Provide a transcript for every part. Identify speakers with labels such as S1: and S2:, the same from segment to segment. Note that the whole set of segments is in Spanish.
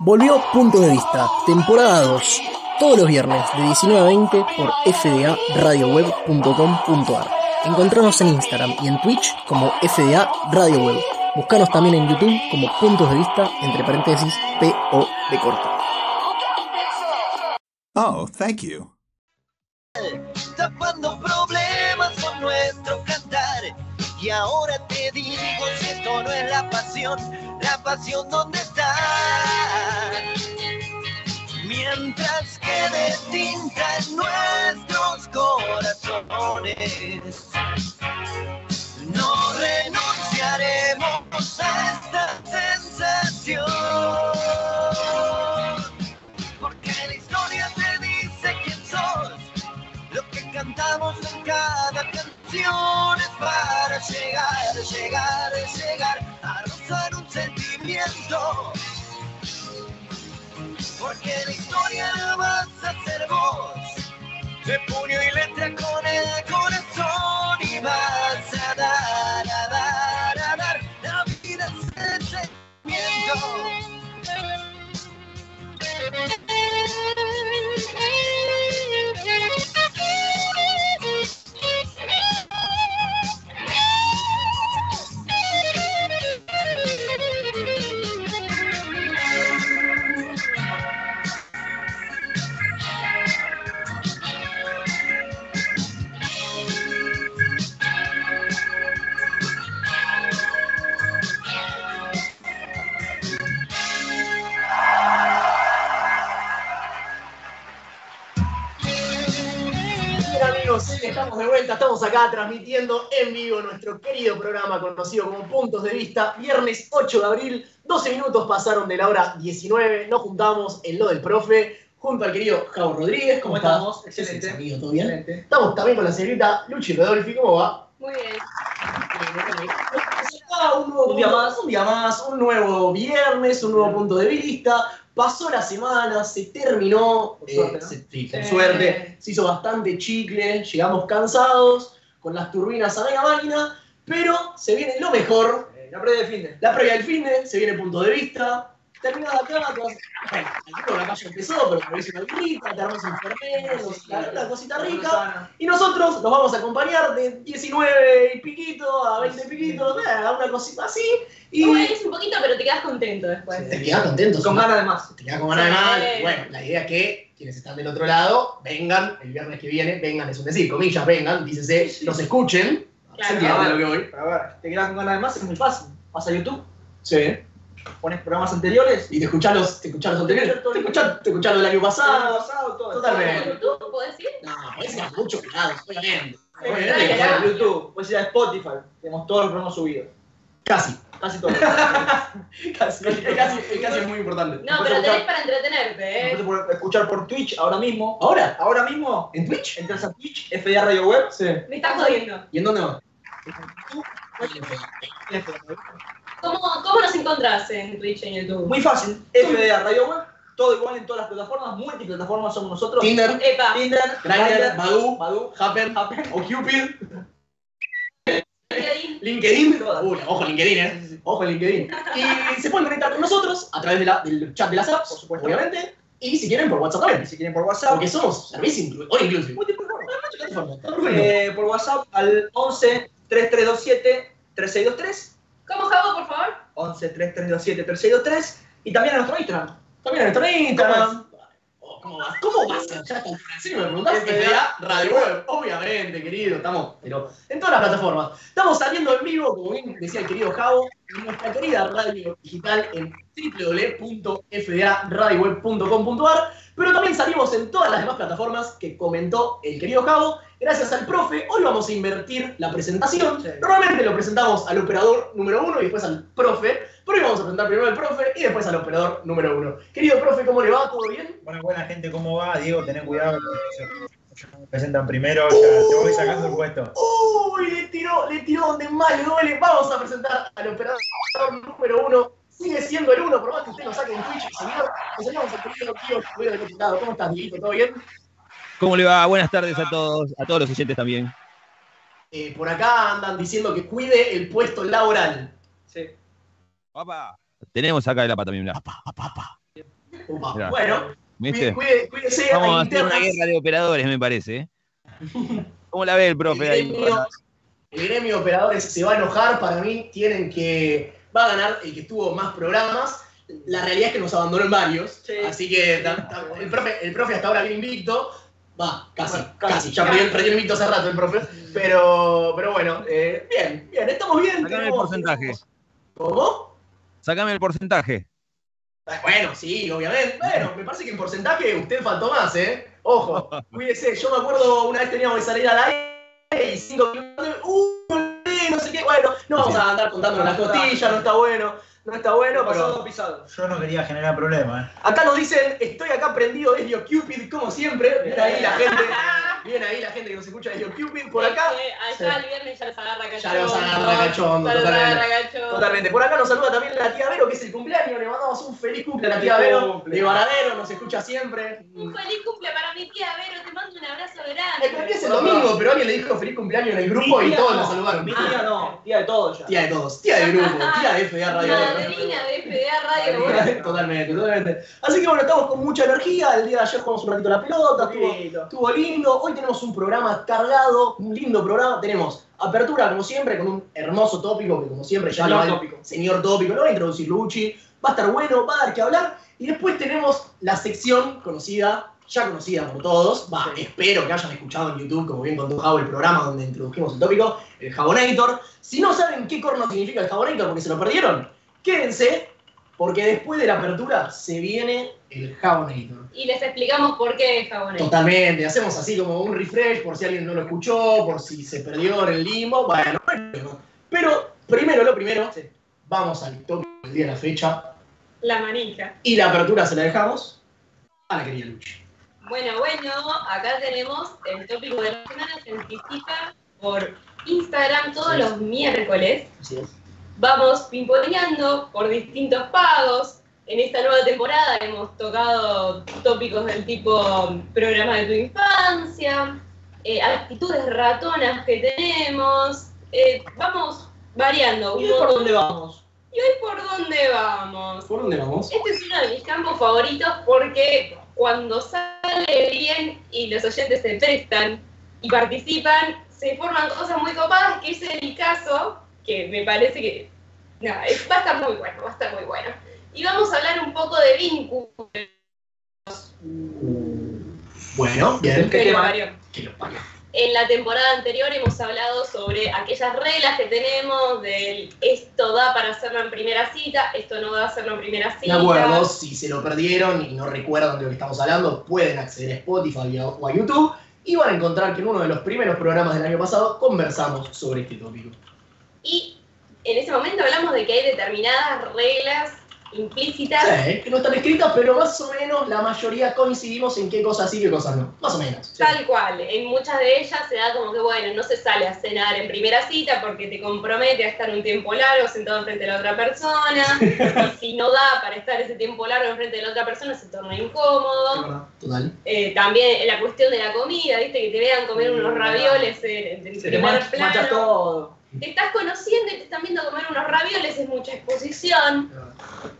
S1: Volvió Punto de Vista, temporada 2, todos los viernes de 19 a 20 por fdaradioweb.com.ar. Encontrarnos en Instagram y en Twitch como FDA Radio Web. Buscanos también en YouTube como Puntos de Vista, entre paréntesis, PO de corto.
S2: Oh, thank you.
S3: tapando problemas con nuestro cantar. Y ahora te digo si esto no es la pasión, la pasión dónde está. Mientras quede tinta en nuestros corazones, no renunciaremos a esta sensación. Porque la historia te dice quién sos, lo que cantamos en cada canción es para llegar, llegar, llegar a rozar un sentimiento. Porque la historia la vas a hacer vos, de puño y letra con el corazón y vas a dar, a dar, a dar. La vida es el sentimiento.
S4: Bien, amigos, estamos de vuelta, estamos acá transmitiendo en vivo nuestro querido programa conocido como Puntos de Vista, viernes 8 de abril, 12 minutos pasaron de la hora 19, nos juntamos en lo del profe, junto al querido Jao Rodríguez, ¿cómo,
S5: ¿Cómo
S4: estás?
S5: estamos?
S4: ¿Qué haces,
S5: Excelente.
S4: amigo? ¿Todo bien?
S5: Excelente.
S4: Estamos también con la señorita Luchi Rodolfi, ¿cómo va?
S6: Muy bien.
S4: Ah, un, nuevo, un día más, un día más, un nuevo viernes, un nuevo punto de vista. Pasó la semana, se terminó. eh,
S5: Por suerte, ¿no?
S4: se- sí, con
S6: Sí.
S4: suerte. Se hizo bastante chicle, llegamos cansados, con las turbinas a media máquina, pero se viene lo mejor.
S5: Eh, La previa del fin de.
S4: La previa del fin de, se viene punto de vista. Terminada acá, te vas. Bueno, alguno acá ya empezó, pero te ves una birrita, te armas un
S3: Ah,
S4: fernet, una- una cosita rica. Y nosotros nos vamos a acompañar de 19 y piquito a 20 y piquito, eh, a una cosita así. Y
S6: Como es un poquito, pero te quedas contento después.
S4: te quedás contento.
S5: Con
S4: ¿no?
S5: ganas de más.
S4: Te quedás con ganas de más.
S6: Sí.
S4: Bueno, la idea es que quienes están del otro lado vengan el viernes que viene, vengan, es un decir, comillas, vengan, dícese,
S6: Sí, sí.
S4: nos escuchen.
S6: Claro.
S4: ¿Se entiende Ah, lo que voy?
S5: Pero a ver, te quedas con ganas de más, es muy fácil. Vas a YouTube,
S4: Sí.
S5: pones programas anteriores,
S4: Y te escuchás los, te escuchás los anteriores. Te escuchás, te escuchás los del año
S5: pasado,
S4: pasado.
S5: pasado, todo.
S4: Totalmente.
S6: ¿YouTube podés ir?
S4: No, ese es mucho cuidado, obviamente.
S5: Eh,
S4: Obviamente,
S5: puedes ir a
S6: claro.
S5: YouTube, puedes ir a Spotify, tenemos todos los programas subidos.
S4: Casi.
S5: Casi todos.
S4: Casi. El casi, el casi es muy importante.
S6: No,
S5: Después
S6: pero tenés
S5: buscar-
S6: para entretenerte,
S5: Lo
S6: ¿eh?
S5: puedes escuchar por Twitch ahora mismo.
S4: Ahora,
S5: Ahora mismo,
S4: en Twitch.
S5: entras a Twitch, FDA Radio Web.
S4: Sí.
S6: Me estás jodiendo.
S4: ¿Y en dónde va?
S6: ¿Cómo, ¿Cómo nos encontrás en Twitch y en YouTube?
S5: Muy fácil, FDA Radio Web, todo igual en todas las plataformas, multiplataformas somos nosotros.
S4: Tinder,
S6: Epa,
S5: Tinder,
S4: Grindr,
S5: Grindr,
S4: Badoo,
S5: Badoo,
S4: Happen,
S5: Happen.
S4: OkCupid,
S6: LinkedIn.
S4: LinkedIn. Uy, ojo LinkedIn, eh.
S5: Sí, sí, sí.
S4: Ojo LinkedIn. Y se pueden conectar con nosotros a través de la- del chat de las apps,
S5: Por supuesto.
S4: obviamente. Y si quieren, por WhatsApp también.
S5: Si quieren por WhatsApp,
S4: Porque somos servicio inclu all inclusive.
S5: multiplataformas.
S4: Eh,
S5: Eh, por WhatsApp al 11 3327 3623
S6: ¿Cómo Javo, por favor?
S5: 11 3327 3623 y también a nuestro Instagram.
S4: También en nuestro
S5: ¿Cómo
S4: Instagram. Oh, ¿Cómo vas? ¿Cómo vas a estar tan francés? Me preguntás
S5: Es
S4: que te
S5: verdad.
S4: da Radio Web. Obviamente, querido. Estamos pero en todas las plataformas. Estamos saliendo en vivo, como bien decía el querido Javo, en nuestra querida radio digital en www.fdaradioweb.com.ar. Pero también salimos en todas las demás plataformas que comentó el querido Javo. Gracias al profe, hoy vamos a invertir la presentación.
S5: Sí.
S4: Normalmente lo presentamos al operador número uno y después al profe. Pero hoy vamos a presentar primero al profe y después al operador número uno. Querido profe, ¿cómo le va? ¿Todo bien?
S7: Bueno, buena gente, ¿cómo va? Diego, tenés cuidado que se- me presentan primero, ya te voy sacando el puesto.
S4: ¡Uh! ¡Uy! Le tiró, le tiró donde más le duele. Vamos a presentar al operador número uno. Sigue siendo el uno, por más que usted lo saque en Twitch, señor. Nos salíamos al querido tío que veo del otro lado. ¿Cómo estás, Dieguito? ¿Todo bien?
S8: ¿Cómo le va? Buenas tardes a todos, a todos los oyentes también.
S4: Eh, por acá andan diciendo que cuide el puesto laboral.
S5: Sí.
S8: Tenemos acá el APA también, mirá.
S5: Upa.
S8: Mirá.
S5: Bueno,
S8: ¿Viste?
S5: cuide- cuide- cuídese
S8: Vamos a
S5: hay
S8: hacer una
S5: internas.
S8: guerra de operadores, me parece. ¿eh? ¿Cómo la ve el
S5: El
S8: profe ahí?
S5: gremio, el gremio de operadores se va a enojar, para mí tienen que... Va a ganar el que tuvo más programas. La realidad es que nos abandonó en varios.
S4: Sí.
S5: Así que ta- ta- el, profe, el profe hasta ahora viene invicto. Va, casi,
S4: Bueno,
S5: casi.
S4: casi.
S5: Ya perdió, el- perdió el invicto hace rato el profe. Pero, pero bueno, eh, bien, bien, estamos bien.
S8: Sacame el
S5: tenemos-
S8: porcentaje.
S5: ¿Cómo?
S8: Sacame el porcentaje.
S5: Ah, Bueno, sí, obviamente. Bueno, me parece que en porcentaje usted faltó más, ¿eh? Ojo, cuídese. Yo me acuerdo una vez teníamos que salir al aire y cinco minutos. ¡Uh! No sé qué. Bueno, no vamos a andar contando las costillas, no está bueno. No está bueno,
S4: pasado
S5: pero.
S4: pisado.
S9: Yo no quería generar problemas. ¿eh?
S5: Acá nos dicen, estoy acá prendido desde Cupid, como siempre. Bien ahí la gente. Bien ahí la gente que nos escucha desde Cupid. Por acá.
S6: Eh, Allá el viernes ya los agarra cachondo.
S5: Ya los agarra cachondo,
S6: Ya los
S5: totalmente.
S6: agarra cachondo.
S5: Totalmente. Por acá nos saluda también la tía Vero, que es el cumpleaños. Le mandamos un feliz cumple a la tía Vero.
S4: Cumple.
S5: De Varadero, nos escucha siempre.
S6: Un feliz cumple para mi tía Vero, te mando un abrazo grande.
S5: El cumpleaños es el domingo, pero alguien le dijo feliz cumpleaños en el grupo
S4: Mi
S5: y
S4: tía
S5: todos
S4: no,
S5: la saludaron.
S4: Mi tía no, tía de todo ya.
S5: Tía de todos, tía de grupo, tía de FDA Radio.
S6: Madrina de FDA Radio.
S4: Madrina.
S6: Bueno.
S5: Totalmente, totalmente. Así que bueno, estamos con mucha energía. El día de ayer jugamos un ratito a la pelota, estuvo,
S4: Poquito.
S5: estuvo lindo. Hoy tenemos un programa cargado, un lindo programa. Tenemos apertura, como siempre, con un hermoso tópico, que como siempre ya lo
S4: Señor
S5: va a-
S4: tópico.
S5: Señor tópico, lo va a introducir Luchi. Va a estar bueno, va a dar que hablar. Y después tenemos la sección conocida, ya conocida por todos. Va, espero que hayan escuchado en YouTube, como bien contó Javo, el programa donde introdujimos el tópico, el Jabonator. Si no saben qué corno significa el Jabonator porque se lo perdieron, quédense, porque después de la apertura se viene el Jabonator.
S6: Y les explicamos por qué es jabonero.
S5: Totalmente, hacemos así como un refresh por si alguien no lo escuchó, por si se perdió en el limbo. Bueno, no hay problema. pero primero lo primero, vamos al tópico del día de la fecha
S6: La manija.
S5: y la apertura se la dejamos a la querida Luchi.
S6: Bueno, bueno, acá tenemos el tópico de la semana. Se anticipa por Instagram todos los miércoles.
S5: Así es.
S6: Vamos pimponeando por distintos pagos. En esta nueva temporada hemos tocado tópicos del tipo programa de tu infancia, eh, actitudes ratonas que tenemos. Eh, vamos variando.
S4: ¿Y por dónde vamos?
S6: ¿Y hoy por dónde vamos?
S5: ¿Por dónde vamos?
S6: Este es uno de mis campos favoritos porque cuando sale bien y los oyentes se prestan y participan, se forman cosas muy copadas, que es el caso que me parece que no, es- va a estar muy bueno, va a estar muy bueno. Y vamos a hablar un poco de vínculos.
S5: Mm. Bueno, bien.
S4: ¿Qué
S6: que
S4: tema?
S6: varió.
S5: Que lo pague.
S6: En la temporada anterior hemos hablado sobre aquellas reglas que tenemos del esto da para hacerlo en primera cita, esto no da para hacerlo en primera
S5: De
S6: cita.
S5: acuerdo, si se lo perdieron y no recuerdan de lo que estamos hablando, pueden acceder a Spotify o a YouTube y van a encontrar que en uno de los primeros programas del año pasado conversamos sobre este tópico.
S6: Y en ese momento hablamos de que hay determinadas reglas implícitas.
S5: Sí, que no están escritas, pero más o menos la mayoría coincidimos en qué cosas sí y qué cosas no. Más o menos. sí.
S6: Tal cual, en muchas de ellas se da como que, bueno, no se sale a cenar en primera cita porque te compromete a estar un tiempo largo sentado enfrente de la otra persona. y si no da para estar ese tiempo largo enfrente de la otra persona, se torna
S5: Es
S6: incómodo.
S5: verdad, Total.
S6: Eh, también en la cuestión de la comida, viste, que te vean comer unos ravioles en, en
S4: Se te
S6: primer
S4: man-
S6: plano.
S4: manchas todo.
S6: te estás conociendo y te están viendo comer unos ravioles, es mucha exposición.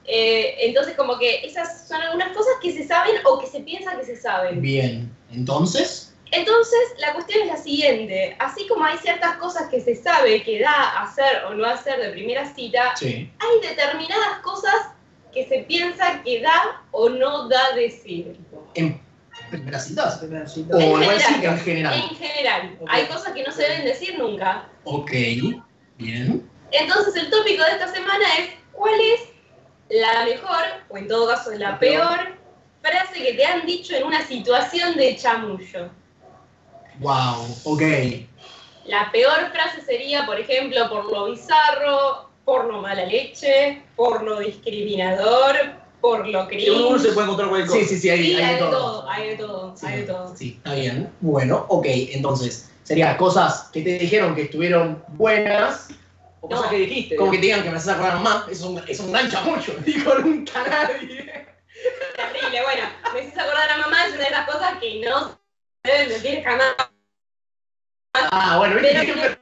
S6: Eh, entonces, como que esas son algunas cosas que se saben o que se piensa que se saben.
S5: Bien. Entonces,
S6: Entonces, la cuestión es la siguiente. Así como hay ciertas cosas que se sabe que da hacer o no hacer de primera cita,
S5: sí.
S6: hay determinadas cosas que se piensa que da o no da decir.
S5: En primeras citas.
S4: Primera cita.
S5: O
S6: En
S5: voy a decir
S6: general.
S5: que en general.
S6: En general,
S4: Ok.
S6: hay cosas que no se deben decir nunca.
S5: Ok. Bien.
S6: Entonces el tópico de esta semana es cuál es la mejor, o en todo caso la peor, frase que te han dicho en una situación de chamullo.
S5: Wow. Ok.
S6: La peor frase sería, por ejemplo, por lo bizarro, por lo mala leche, por lo discriminador, por lo
S4: Y un
S6: cringe.
S4: dulce puede encontrar cualquier cosa.
S5: Sí, sí, sí, hay,
S6: Sí,
S5: hay
S6: hay de todo, hay de todo, hay de todo.
S5: Sí, está bien. Bueno, ok. Entonces, sería cosas que te dijeron que estuvieron buenas.
S4: O cosas que dijiste.
S5: Como que te digan que me haces acordar más. Es un, es un gran chamucho. Dijo nunca nadie.
S6: Terrible, bueno, me hiciste acordar a mamá, es una de las cosas que no se deben decir jamás.
S5: Ah, bueno, ¿viste?
S6: Pero
S5: qué ejemplo,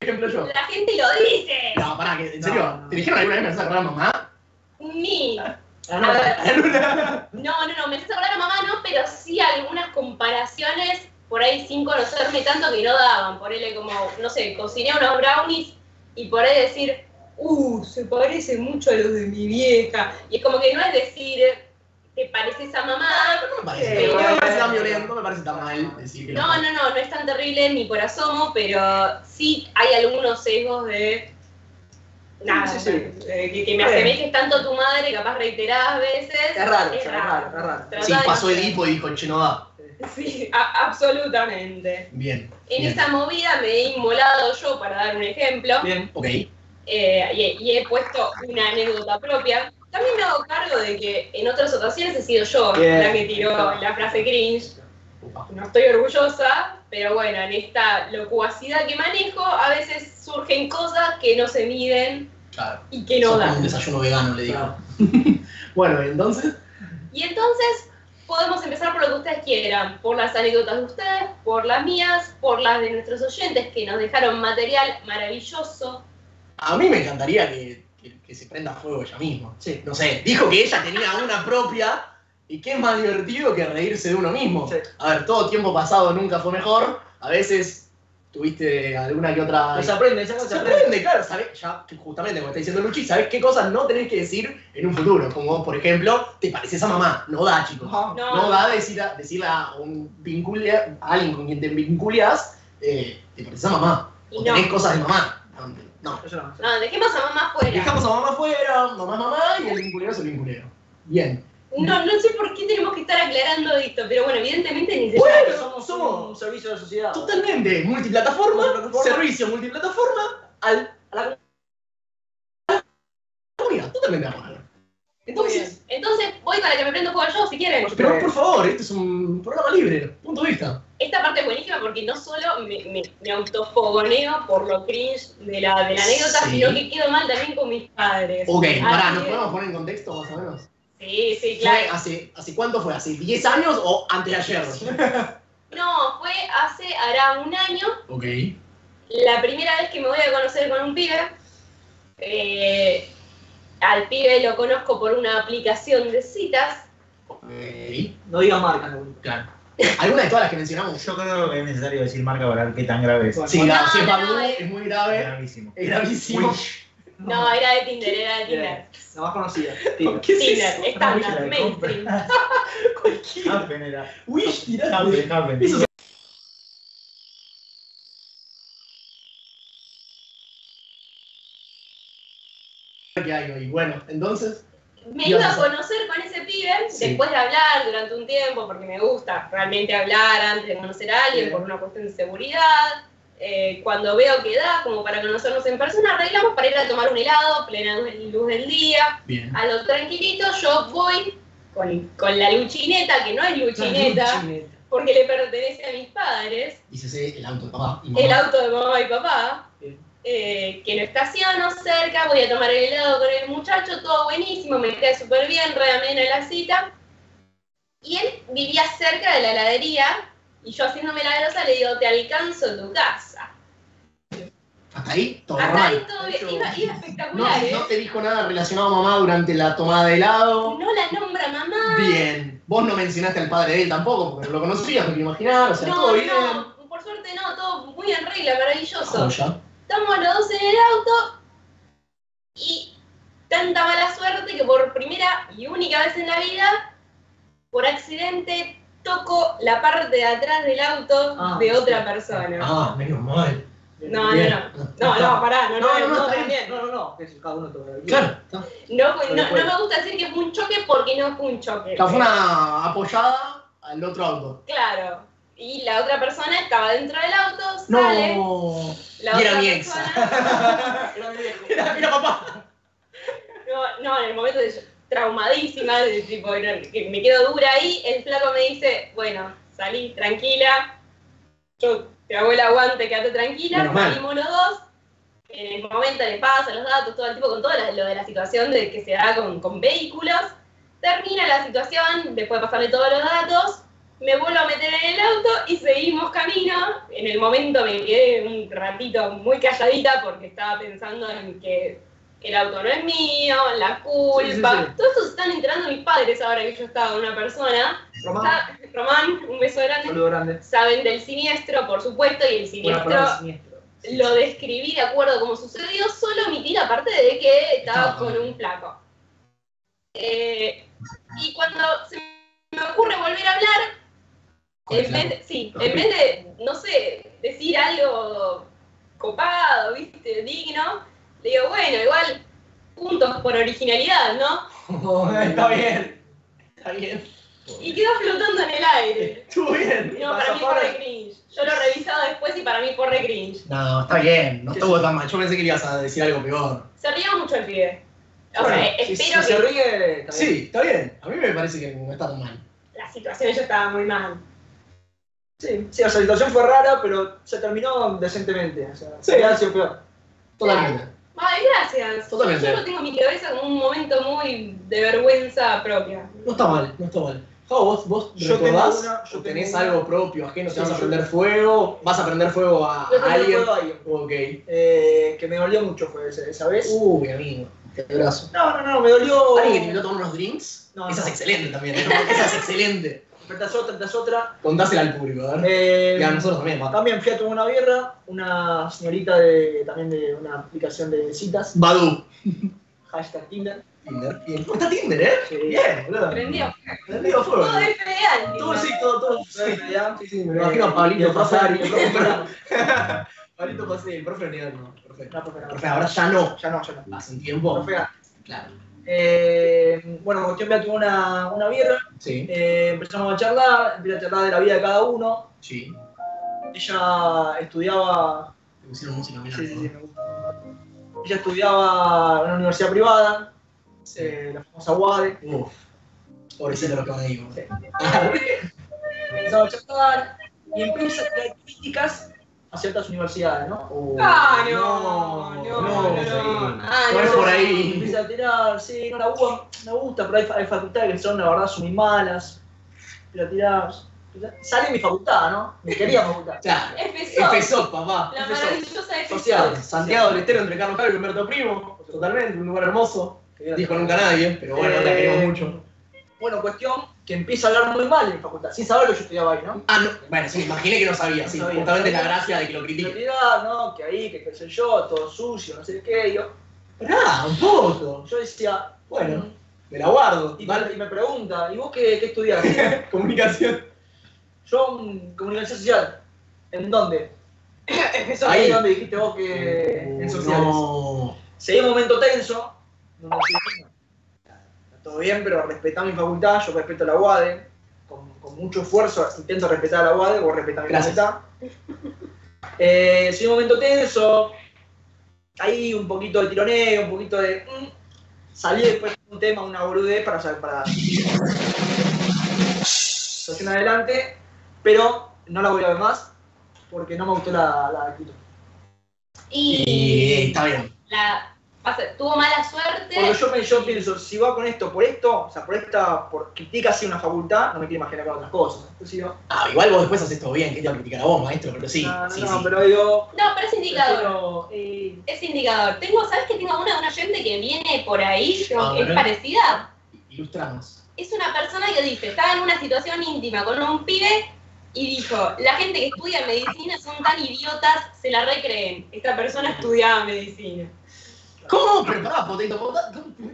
S5: qué ejemplo yo.
S6: La gente lo dice.
S5: No, pará, que, en
S4: No,
S5: serio,
S4: no.
S5: ¿te dijeron alguna vez que me haces acordar a mamá?
S6: Ni.
S4: Ah,
S6: A ver.
S4: no, la luna.
S6: No, no, no, me haces acordar a mamá, no, pero sí algunas comparaciones por ahí sin conocerme tanto que no daban. Ponerle como, no sé, cociné unos brownies y por ahí decir, uh, se parece mucho a los de mi vieja. Y es como que no es decir, te pareces a mamá.
S4: No me parece, no me parece tan violento, no me parece tan mal decir que
S6: No, no, no, no es tan terrible ni por asomo, pero sí hay algunos sesgos de. Nada,
S4: Sí, sí, sí.
S6: eh, que, que me
S4: Está bien.
S6: asemejes tanto a tu madre, capaz reiteradas veces.
S4: Es raro, es raro, es raro.
S6: Tratá
S5: Sí,
S6: de-
S5: pasó el hipo y dijo, che, no da.
S6: Sí, a- absolutamente.
S5: Bien.
S6: En
S5: bien,
S6: esa movida me he inmolado yo, para dar un ejemplo,
S4: Bien.
S5: Ok.
S6: eh, y, y he puesto una anécdota propia. También me hago cargo de que en otras ocasiones he sido yo
S4: Bien.
S6: la que tiró la frase cringe.
S5: Upa.
S6: No estoy orgullosa, pero bueno, en esta locuacidad que manejo, a veces surgen cosas que no se miden
S5: Claro.
S6: y que no
S5: Sos como
S6: dan.
S5: un desayuno vegano, le dijo.
S4: Claro. bueno, entonces.
S6: Y entonces podemos empezar por lo que ustedes quieran, por las anécdotas de ustedes, por las mías, por las de nuestros oyentes que nos dejaron material maravilloso.
S5: A mí me encantaría que, que- que se prenda fuego ella misma.
S4: Sí.
S5: No sé, dijo que ella tenía una propia y qué más divertido que reírse de uno mismo.
S4: Sí.
S5: A ver, todo tiempo pasado nunca fue mejor. A veces tuviste alguna que otra...
S4: Pero se aprende, ya no
S5: Se
S4: se aprende.
S5: aprende, claro, ¿sabes? Ya, justamente como está diciendo Luchi, ¿sabes qué cosas no tenés que decir en un futuro? Como, por ejemplo, te pareces a mamá. No da, chicos.
S4: Ajá.
S6: No,
S5: No da decir a, decirle a, un vincule- a alguien con quien te vinculias, eh, te pareces a mamá.
S6: y
S5: O
S6: no.
S5: tenés cosas de mamá. No, no.
S4: Yo no.
S6: No, dejemos a mamá fuera.
S5: Dejamos a mamá afuera, mamá es mamá y el vinculero es el vinculero. Bien.
S6: No, no sé por qué tenemos que estar aclarando esto, pero bueno, evidentemente ni se
S5: Bueno,
S4: Somos,
S5: somos
S4: un servicio de la sociedad.
S5: totalmente multiplataforma,
S4: Multiplataforma.
S5: servicio multiplataforma al, a la comunidad. Totalmente de acuerdo. Entonces,
S6: Entonces, entonces voy con la que me prendo fuego yo, si quieren.
S5: Pero por favor, este es un programa libre, punto de vista.
S6: Esta parte es buenísima porque no solo me, me, me autofogoneo por lo cringe de la, de la anécdota,
S5: Sí.
S6: sino que quedo mal también con mis padres.
S5: Ok, pará,
S6: Así
S5: ¿nos
S6: que-
S5: podemos poner en contexto más o menos?
S6: Sí, Ah, sí,
S5: ¿Fue
S6: claro.
S5: hace, ¿Hace cuánto fue? ¿Hace 10 años o antes de ayer?
S6: No, fue hace, hará un año,
S5: Ok.
S6: la primera vez que me voy a conocer con un pibe. Eh, al pibe lo conozco por una aplicación de citas.
S5: Ok.
S4: No digas marcas, no.
S5: Claro. ¿Alguna de todas las que mencionamos?
S7: Yo creo que es necesario decir marca para ver qué tan grave es.
S5: Sí,
S6: No,
S5: claro, sí,
S6: no,
S5: es
S6: no,
S5: barbudo,
S6: eh.
S5: es muy
S7: Es
S5: grave,
S7: gravísimo.
S5: es gravísimo.
S6: No, era de Tinder, era de Tinder.
S4: Bien. La más conocida.
S5: ¿Por ¿Qué es
S6: Tinder,
S5: eso?
S7: Una
S6: estándar,
S7: villa de compra.
S6: mainstream.
S5: Cualquiera.
S7: Happen era.
S5: Wish, tirá.
S7: Happen, happen.
S5: Eso que hay hoy. Bueno, entonces,
S6: Me
S5: Dios.
S6: iba a conocer con ese pibe
S5: Sí.
S6: después de hablar durante un tiempo, porque me gusta realmente hablar antes de conocer a alguien
S4: Bien.
S6: por una cuestión de seguridad. Eh, cuando veo que da, como para conocernos en persona, arreglamos para ir a tomar un helado, plena luz del día.
S5: bien.
S6: a lo tranquilito, yo voy con, con la luchineta, que no es luchineta,
S4: Chineta.
S6: porque le pertenece a mis padres,
S5: Y se hace el auto de papá y mamá.
S6: el auto de mamá y papá,
S4: Bien.
S6: eh, que lo estaciono cerca, voy a tomar el helado con el muchacho, todo buenísimo, me queda súper bien, re ameno la cita. Y él vivía cerca de la heladería, y yo haciéndome la grosa le digo, te alcanzo en tu casa.
S5: Hasta ahí, todo
S6: Hasta ahí
S5: normal.
S6: todo bien, iba, iba espectacular,
S5: Oh, No,
S6: ¿eh?
S5: no te dijo nada relacionado a mamá durante la tomada de helado.
S6: No la nombra mamá,
S5: Bien. Vos no mencionaste al padre de él tampoco, porque no lo conocías, me quiero imaginar. O sea,
S6: no,
S5: todo bien.
S6: no, por suerte no, todo muy en regla, maravilloso.
S5: Joya.
S6: Estamos los dos en el auto y tanta mala suerte que por primera y única vez en la vida, por accidente, toco la parte de atrás del auto
S4: Ah,
S6: de
S4: sí.
S6: otra persona.
S5: Ah, menos mal.
S6: No, no,
S5: Bien.
S6: no. No, no, pará, no, no,
S5: No, no, no,
S6: no,
S5: está
S6: también.
S4: No, no, no. que Cada uno toca.
S5: Claro.
S6: No, fue-
S4: Pero
S6: no, no
S4: bueno.
S6: me gusta decir que fue un choque porque no fue un choque.
S5: Ya fue una apoyada al otro auto.
S6: Claro. Y la otra persona estaba dentro del auto,
S5: No.
S6: sale. La
S5: Y era
S6: otra
S5: mi ex.
S6: persona-
S4: Era mi viejo.
S5: Mira, mira, papá.
S6: No, no, en el momento de yo, traumadísima, de tipo, no, que me quedo dura ahí, el flaco me dice, bueno, salí tranquila, yo te hago el aguante, quédate tranquila,
S5: Menos mal.
S6: salimos los dos, en el momento le pasa los datos, todo el tipo, con todo la- lo de la situación de que se da con, con vehículos, termina la situación, después de pasarle todos los datos, me vuelvo a meter en el auto y seguimos camino. En el momento me quedé un ratito muy calladita porque estaba pensando en que el auto no es mío, la culpa.
S5: Sí, sí, sí.
S6: Todo esto se están enterando mis padres ahora que yo estaba con una persona.
S5: Román,
S6: Sa- Román, un beso grande.
S5: saludo grande.
S6: Saben del siniestro, por supuesto, y el siniestro
S5: palabra siniestro.
S6: lo describí de acuerdo a cómo sucedió, solo omití la parte de que estaba
S5: Estaba
S6: con un flaco. Eh, y cuando se me ocurre volver a hablar,
S5: Con el
S6: en vez, de, sí, en vez de, no sé, decir algo copado, viste, digno, le digo, bueno, igual puntos por originalidad, ¿no?
S5: Está bien. Está bien.
S6: Y quedó flotando en el aire.
S5: Estuvo bien.
S6: No, para mí fue re cringe. Yo lo he revisado después y para mí fue re cringe.
S5: No, está bien. No estuvo tan mal. Yo pensé que le ibas a decir algo peor.
S6: Se ría mucho el pibe. O
S5: Bueno,
S6: sea,
S5: si-
S6: espero
S5: si
S6: que
S5: se ríe. está bien. Sí, está bien. A mí me parece que no está tan mal.
S6: la situación ya estaba muy mal.
S4: Sí, sí, o sea, la situación fue rara, pero se terminó decentemente. O sea,
S5: Sí.
S4: hubiera sido peor.
S5: Totalmente.
S6: Ay, gracias.
S5: Totalmente.
S6: Yo lo tengo en mi cabeza como un momento muy de vergüenza propia.
S5: No está mal, no está mal. Jao, ¿vos, vos
S4: Yo
S5: recordás
S4: tengo una- yo
S5: o tenés
S4: tengo una-
S5: algo propio, ajeno?
S4: Sí,
S5: ¿Te vas a
S4: yo-
S5: prender fuego? ¿Vas a prender fuego a,
S4: Yo tengo
S5: a alguien?
S4: recuerdo a alguien,
S5: Ok.
S4: eh, que me dolió mucho fue ese- esa vez.
S5: Uh, mi amigo. Qué abrazo.
S4: No, no, no, me dolió.
S5: ¿Alguien que te invitó a tomar unos drinks?
S4: No,
S5: Esa
S4: no.
S5: es excelente también. ¿eh? Esa es excelente.
S4: Pero Tras otra, tras otra.
S5: Contásela al público, a ver.
S4: Eh,
S5: y a nosotros también, va.
S4: También fui a tomar una birra, una señorita de, también de una aplicación de citas,
S5: Badu.
S4: hashtag Tinder.
S5: Tinder. Bien. ¿Cómo está Tinder, eh?
S4: que-
S5: Bien, boludo.
S6: Prendió.
S5: Prendido fuego.
S6: Todo es federal.
S4: Todo sí, todo, todo. ¿verdad?
S5: Sí, sí, me imagino a
S4: Eh, Y el profe-
S5: Pablito Pasari.
S4: y el profe-
S5: Pablito Pasari, el profe Leonel, no. Profe.
S4: No, profe, no.
S5: Profe, ahora ya no.
S4: Ya no, ya no.
S5: Hace un tiempo.
S4: Profe,
S5: Claro.
S4: eh, bueno, cuestión que tuve una, una birra,
S5: Sí.
S4: eh, empezamos a charlar, empecé a charlar de la vida de cada uno.
S5: Sí.
S4: Ella estudiaba
S5: Me pusieron música, mira.
S4: Sí, sí, sí, me gusta. Ella estudiaba en una universidad privada, eh, la famosa UADE.
S5: Uf. Pobrecito lo que me digo.
S4: Empezaba a charlar y empieza a traer críticas a ciertas universidades, ¿no?
S6: Ah, no, no,
S5: No,
S6: no,
S5: no.
S6: no. Ah,
S5: No es
S6: no.
S5: por ahí.
S4: Empieza a tirar, sí, no, la UBA me gusta, pero hay, fa- hay facultades que son, la verdad, son muy malas. Pero tirar. Sale mi facultad, ¿no? Mi querida facultad.
S5: Claro.
S6: Empezó.
S4: Este
S5: Empezó, papá.
S6: La
S5: Empezó.
S6: maravillosa FSO.
S5: Social. Santiago del Estero entre Carlos Caro y Humberto Primo. Totalmente, un lugar hermoso. Dijo nunca nadie, pero bueno, la
S4: Eh,
S5: queremos mucho.
S4: Bueno, cuestión que empieza a hablar muy mal en mi facultad, sin saber lo que yo estudiaba ahí, ¿no?
S5: Ah, no. Bueno, sí, imaginé que no sabía.
S4: No
S5: Sí,
S4: sabía.
S5: justamente la gracia de que lo critiquen.
S4: realidad, ¿no? Que ahí, que qué sé yo, todo sucio, no sé qué. y Yo,
S5: Pará, un poco.
S4: yo decía,
S5: Bueno, me la guardo.
S4: y,
S5: Mal
S4: y me pregunta, ¿y vos qué, qué estudiás?
S5: comunicación.
S4: yo, mm, comunicación social. ¿En dónde?
S6: Empezó.
S4: Ahí
S5: Ahí.
S4: donde dijiste vos que Eh, en sociales.
S5: Uh, No.
S4: Seguí un momento tenso. No, no, sí, no. Todo bien, pero respetá mi facultad, yo respeto la UADE. Con, con mucho esfuerzo intento respetar a la UADE, vos respetá mi
S5: Gracias.
S4: facultad. Eh, seguí un momento tenso. Ahí un poquito de tironeo, un poquito de. mm. Salí después de un tema, una boludez para. para situación adelante, pero no la voy a ver más porque no me gustó la, la actitud.
S5: Y eh,
S6: Y
S5: está bien.
S6: la pasa- tuvo mala suerte.
S4: Porque yo, me- yo pienso, si va con esto, por esto, o sea, por esta, por critica así una facultad, no me quiero imaginar con otras cosas. Pues, Entonces digo,
S5: Ah, igual vos después haces todo bien, que te va a criticar a vos, maestro, pero sí,
S4: no,
S5: sí,
S4: no,
S5: sí.
S4: pero digo,
S6: No, pero es indicador.
S4: prefiero, eh,
S6: Es indicador. Tengo, ¿sabes que tengo una de una gente que viene por ahí?
S5: Ah,
S6: que es
S5: bueno.
S6: parecida.
S5: Ilustramos.
S6: es una persona que dice, estaba en una situación íntima con un pibe y dijo, la gente que estudia medicina son tan idiotas, se la recreen. Esta persona estudiaba medicina.
S5: ¿Cómo? Pero pará, potito,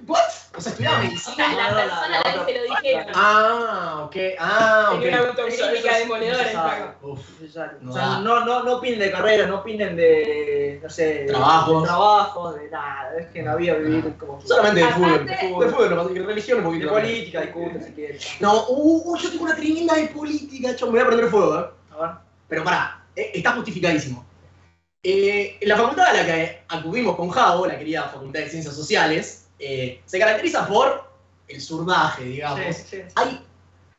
S5: ¿what? O sea, estudiaba
S6: O
S5: medicina.
S6: sea, la
S4: no, la- la
S6: persona a la
S4: otra-
S6: que se lo dijeron.
S5: Ah, ok. Ah,
S6: Tenía una
S5: ok.
S4: Eso- eso
S6: autocrítica
S4: es
S6: demoledora. este el
S4: necesario.
S6: flaco.
S5: Uf.
S4: necesario.
S5: No
S4: O sea,
S5: da.
S4: no, no, no opinen de carrera, no opinen de, no sé, de-
S5: Trabajos. Ah.
S4: de, trabajos, de nada, es que en la vida vivir como
S5: Solamente de fútbol.
S6: Aparte-
S5: De fútbol, de fútbol, nomás, y religión un
S4: de
S5: poquito. también.
S4: política, discuten si quieren.
S5: No, uh, uh, yo tengo una tremenda de política, chon, me voy a prender fuego, ¿eh?
S4: A ver,
S5: Pero pará, eh, está justificadísimo. Eh, la facultad a la que acudimos con Javo, la querida Facultad de Ciencias Sociales, eh, se caracteriza por el zurdaje, digamos.
S4: sí, sí.
S5: Hay,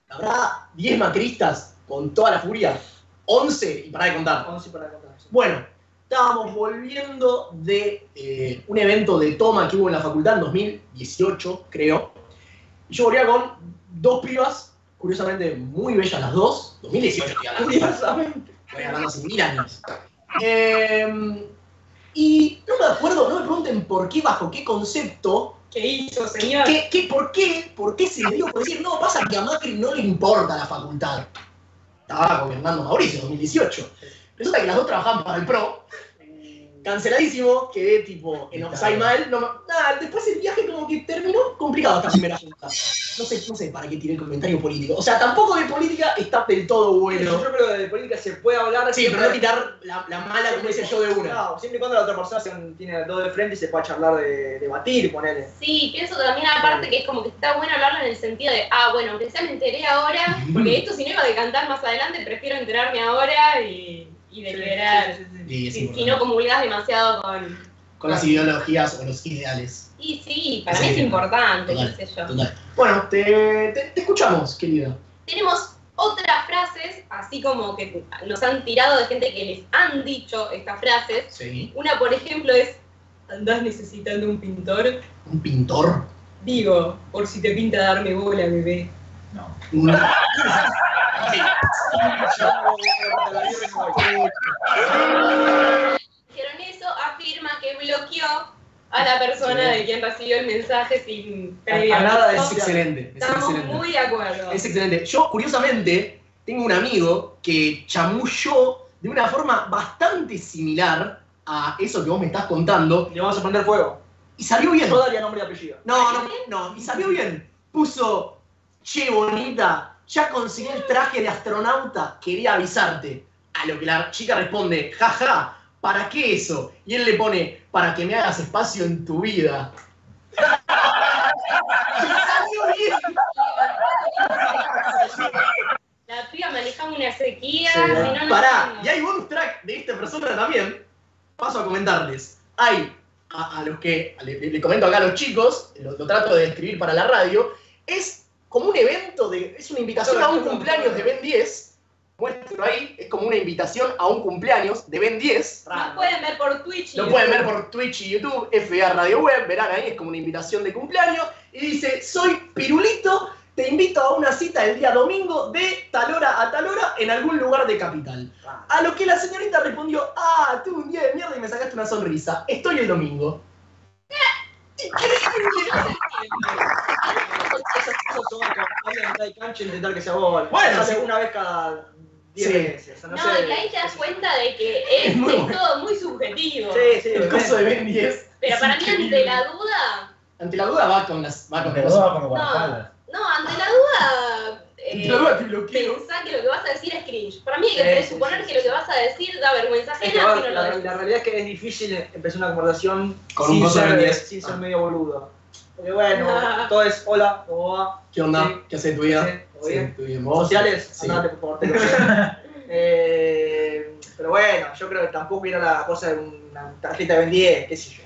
S5: habrá 10 macristas con toda la furia, 11 y para de contar.
S4: Vamos a ir para contar. sí.
S5: Bueno, estábamos volviendo de eh, un evento de toma que hubo en la facultad en 2018, creo. Y yo volvía con dos pibas, curiosamente muy bellas las dos. 2018, estoy hablando.
S4: Curiosamente.
S5: Estoy hablando hace mil años. Eh, Y no me acuerdo, no me pregunten por qué, bajo qué concepto,
S6: ¿Qué hizo, señor?
S5: qué, qué- por qué, por qué se dio por decir, no, pasa que a Macri no le importa la facultad. Estaba gobernando Mauricio, 2018. Resulta que las dos trabajaban para el PRO. Canceladísimo, quedé tipo en offside mal. No, me- nada, después el viaje como que terminó complicado esta primera junta. No sé, no sé para qué tiene el comentario político. O sea, tampoco de política está del todo bueno.
S4: Yo creo que de política se puede hablar.
S5: Sí, pero no tirar la, la mala, como dice yo, de una.
S4: No, siempre y cuando la otra persona se- tiene dos de frente y se pueda charlar de debatir, ponele.
S6: Sí, pienso también aparte que es como que está bueno hablarlo en el sentido de, ah, bueno, aunque sea me enteré ahora, porque esto si no iba a decantar más adelante, prefiero enterarme ahora y, y deliberar.
S5: Y es
S6: Si, si
S5: importante.
S6: no comulgas demasiado con...
S5: Con las ideologías o los ideales.
S6: Y sí, para mí
S5: Sí.
S6: es importante,
S5: Total.
S6: qué sé yo.
S5: Total. Bueno, te, te- te escuchamos, querida.
S6: Tenemos otras frases, así como que nos han tirado de gente que les han dicho estas frases.
S5: Sí.
S6: Una, por ejemplo, es, ¿andás necesitando un pintor?
S5: Un pintor.
S6: Digo, por si te pinta darme bola, bebé.
S5: Un-
S6: Dijeron eso, afirma que bloqueó a la persona de quien recibió el mensaje sin previo
S5: Nada, es
S6: aviso.
S5: excelente. Es
S6: Estamos
S5: excelente.
S6: muy de acuerdo.
S5: Es excelente. Yo, curiosamente, tengo un amigo que chamulló de una forma bastante similar a eso que vos me estás contando
S4: Le vamos a prender fuego.
S5: y salió bien.
S4: Yo daría nombre y apellido.
S5: No, no, no. Y salió bien. Puso, che, bonita, ya conseguí el traje de astronauta, quería avisarte. A lo que la chica responde, jaja, ¿para qué eso? Y él le pone, para que me hagas espacio en tu vida. Y salió bien.
S6: La piba manejaba una sequía,
S4: Sí,
S6: si no, no
S5: Pará,
S6: entiendo.
S5: y hay bonus track de esta persona también. Paso a comentarles. Hay, a, a los que le, le- le comento acá a los chicos, lo, lo trato de describir para la radio, es como un evento, de, es una invitación a un cumpleaños de Ben 10. Muestro ahí, es como una invitación a un cumpleaños de Ben 10.
S6: Nos pueden ver por Twitch. y
S5: Lo pueden ver por Twitch y YouTube, FA Radio Web, verán ahí, es como una invitación de cumpleaños. Y dice, soy Pirulito, te invito a una cita el día domingo de tal hora a tal hora en algún lugar de Capital.
S4: Ah.
S5: A lo que la señorita respondió, ah, tuve un día de mierda y me sacaste una sonrisa. Estoy el domingo. Increíble.
S4: Esas cosas son campaña en mitad de cancha e intentar que sea gol.
S5: Bueno,
S4: Sale
S5: sí.
S4: una vez cada 10
S5: Sí.
S4: veces. No,
S6: No,
S4: sé.
S6: y ahí te das cuenta de que es,
S5: Es muy
S6: es
S5: bueno.
S6: todo muy subjetivo.
S4: Sí, sí,
S5: El caso de Ben 10.
S6: Pero
S5: es
S6: para mí, ante
S5: increíble.
S6: la duda,
S5: Ante la duda va con las... Va con
S7: Pero
S5: las-
S7: dos va como con
S6: No.
S7: las palas.
S6: no, ante la duda, eh,
S5: Ante la duda te bloqueo.
S6: pensá que lo que vas a decir es cringe. Para mí hay que
S4: Sí, sí,
S6: presuponer
S4: sí,
S6: que lo que vas a decir da vergüenza
S4: Es que,
S6: ajena si
S4: a
S6: no
S4: ver,
S6: lo
S4: la,
S6: decís.
S4: la realidad es que es difícil empezar una conversación
S5: Con un
S4: sin,
S5: coso de
S4: ser,
S5: 10.
S4: sin
S5: Ah.
S4: ser medio boludo. Porque bueno,
S6: Ah.
S4: todo es hola, ¿cómo va?
S5: ¿Qué onda?
S4: Sí.
S5: ¿Qué hace tu vida?
S4: Sí, ¿todo bien?
S5: ¿Tu vida en vos?
S4: ¿Sociales?
S5: Sí.
S4: Andate, por favor, te lo pido. eh, Pero bueno, yo creo que tampoco era la cosa de una tarjeta de Ben 10, qué sé yo.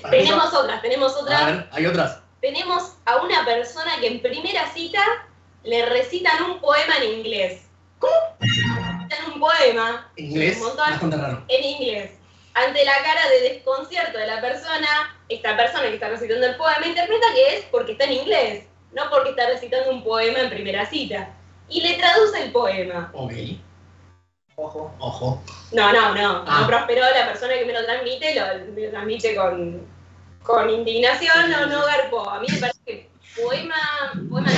S5: Para mí
S6: Tenemos otras, tenemos
S5: son- A
S6: otras.
S5: ver, hay otras.
S6: Tenemos a una persona que en primera cita le recitan un poema en inglés. ¿Cómo? Recitan un poema
S5: En inglés,
S6: Un montón.
S5: bastante raro.
S6: en inglés. Ante la cara de desconcierto de la persona, esta persona que está recitando el poema interpreta que es porque está en inglés, no porque está recitando un poema en primera cita. Y le traduce el poema.
S5: Ok,
S4: Ojo.
S5: ojo.
S6: No, no, no.
S5: Ah.
S6: No prosperó la persona que me lo transmite, lo, me lo transmite con, con indignación, no, no garpo. A mí me parece que poema, poema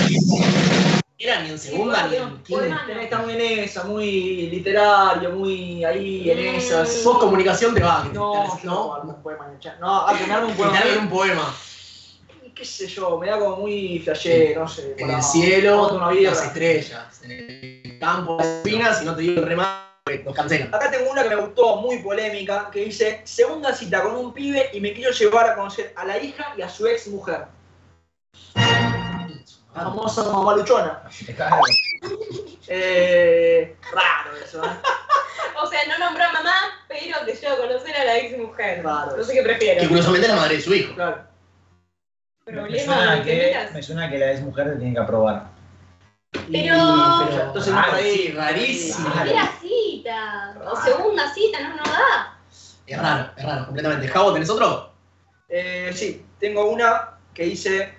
S5: Era ni en
S6: segunda, ni en quinta.
S4: Tenés que estar muy en esa, muy literario, muy ahí en
S6: Mm.
S4: esas.
S5: Vos comunicación te va.
S4: No,
S5: te-
S4: no,
S5: no.
S4: un poema en el chat. No, a quemarme un poema.
S5: Te dan un poema.
S4: qué sé yo, me da como muy flashé, no sé.
S5: En el cielo,
S4: una vida.
S5: las estrellas. En el campo, las espinas, y no te digo el remate, nos cancelan.
S4: Acá tengo una que me gustó, muy polémica, que dice, segunda cita con un pibe y me quiero llevar a conocer a la hija y a su ex mujer. La
S5: Ah.
S4: famosa mamaluchona.
S7: Así te cago.
S4: Eh, raro eso, ¿eh?
S6: O sea, no nombró a mamá, pero te llevo a conocer a la ex mujer.
S4: Claro.
S6: No sé qué
S5: Que
S6: prefiero.
S5: curiosamente es la madre de su hijo.
S4: Claro.
S7: Me
S6: Problema
S7: suena,
S6: de que
S7: que, me
S6: miras.
S7: suena que la ex mujer te tiene que aprobar. Ah,
S6: Pero-
S5: Entonces,
S4: Raro,
S5: por ahí,
S4: sí,
S5: rarísimo.
S7: raro.
S6: Primera cita o segunda cita, no, no da.
S5: Es raro, es raro, completamente. Javo, ¿tenés otro?
S4: Eh, sí, tengo una que dice,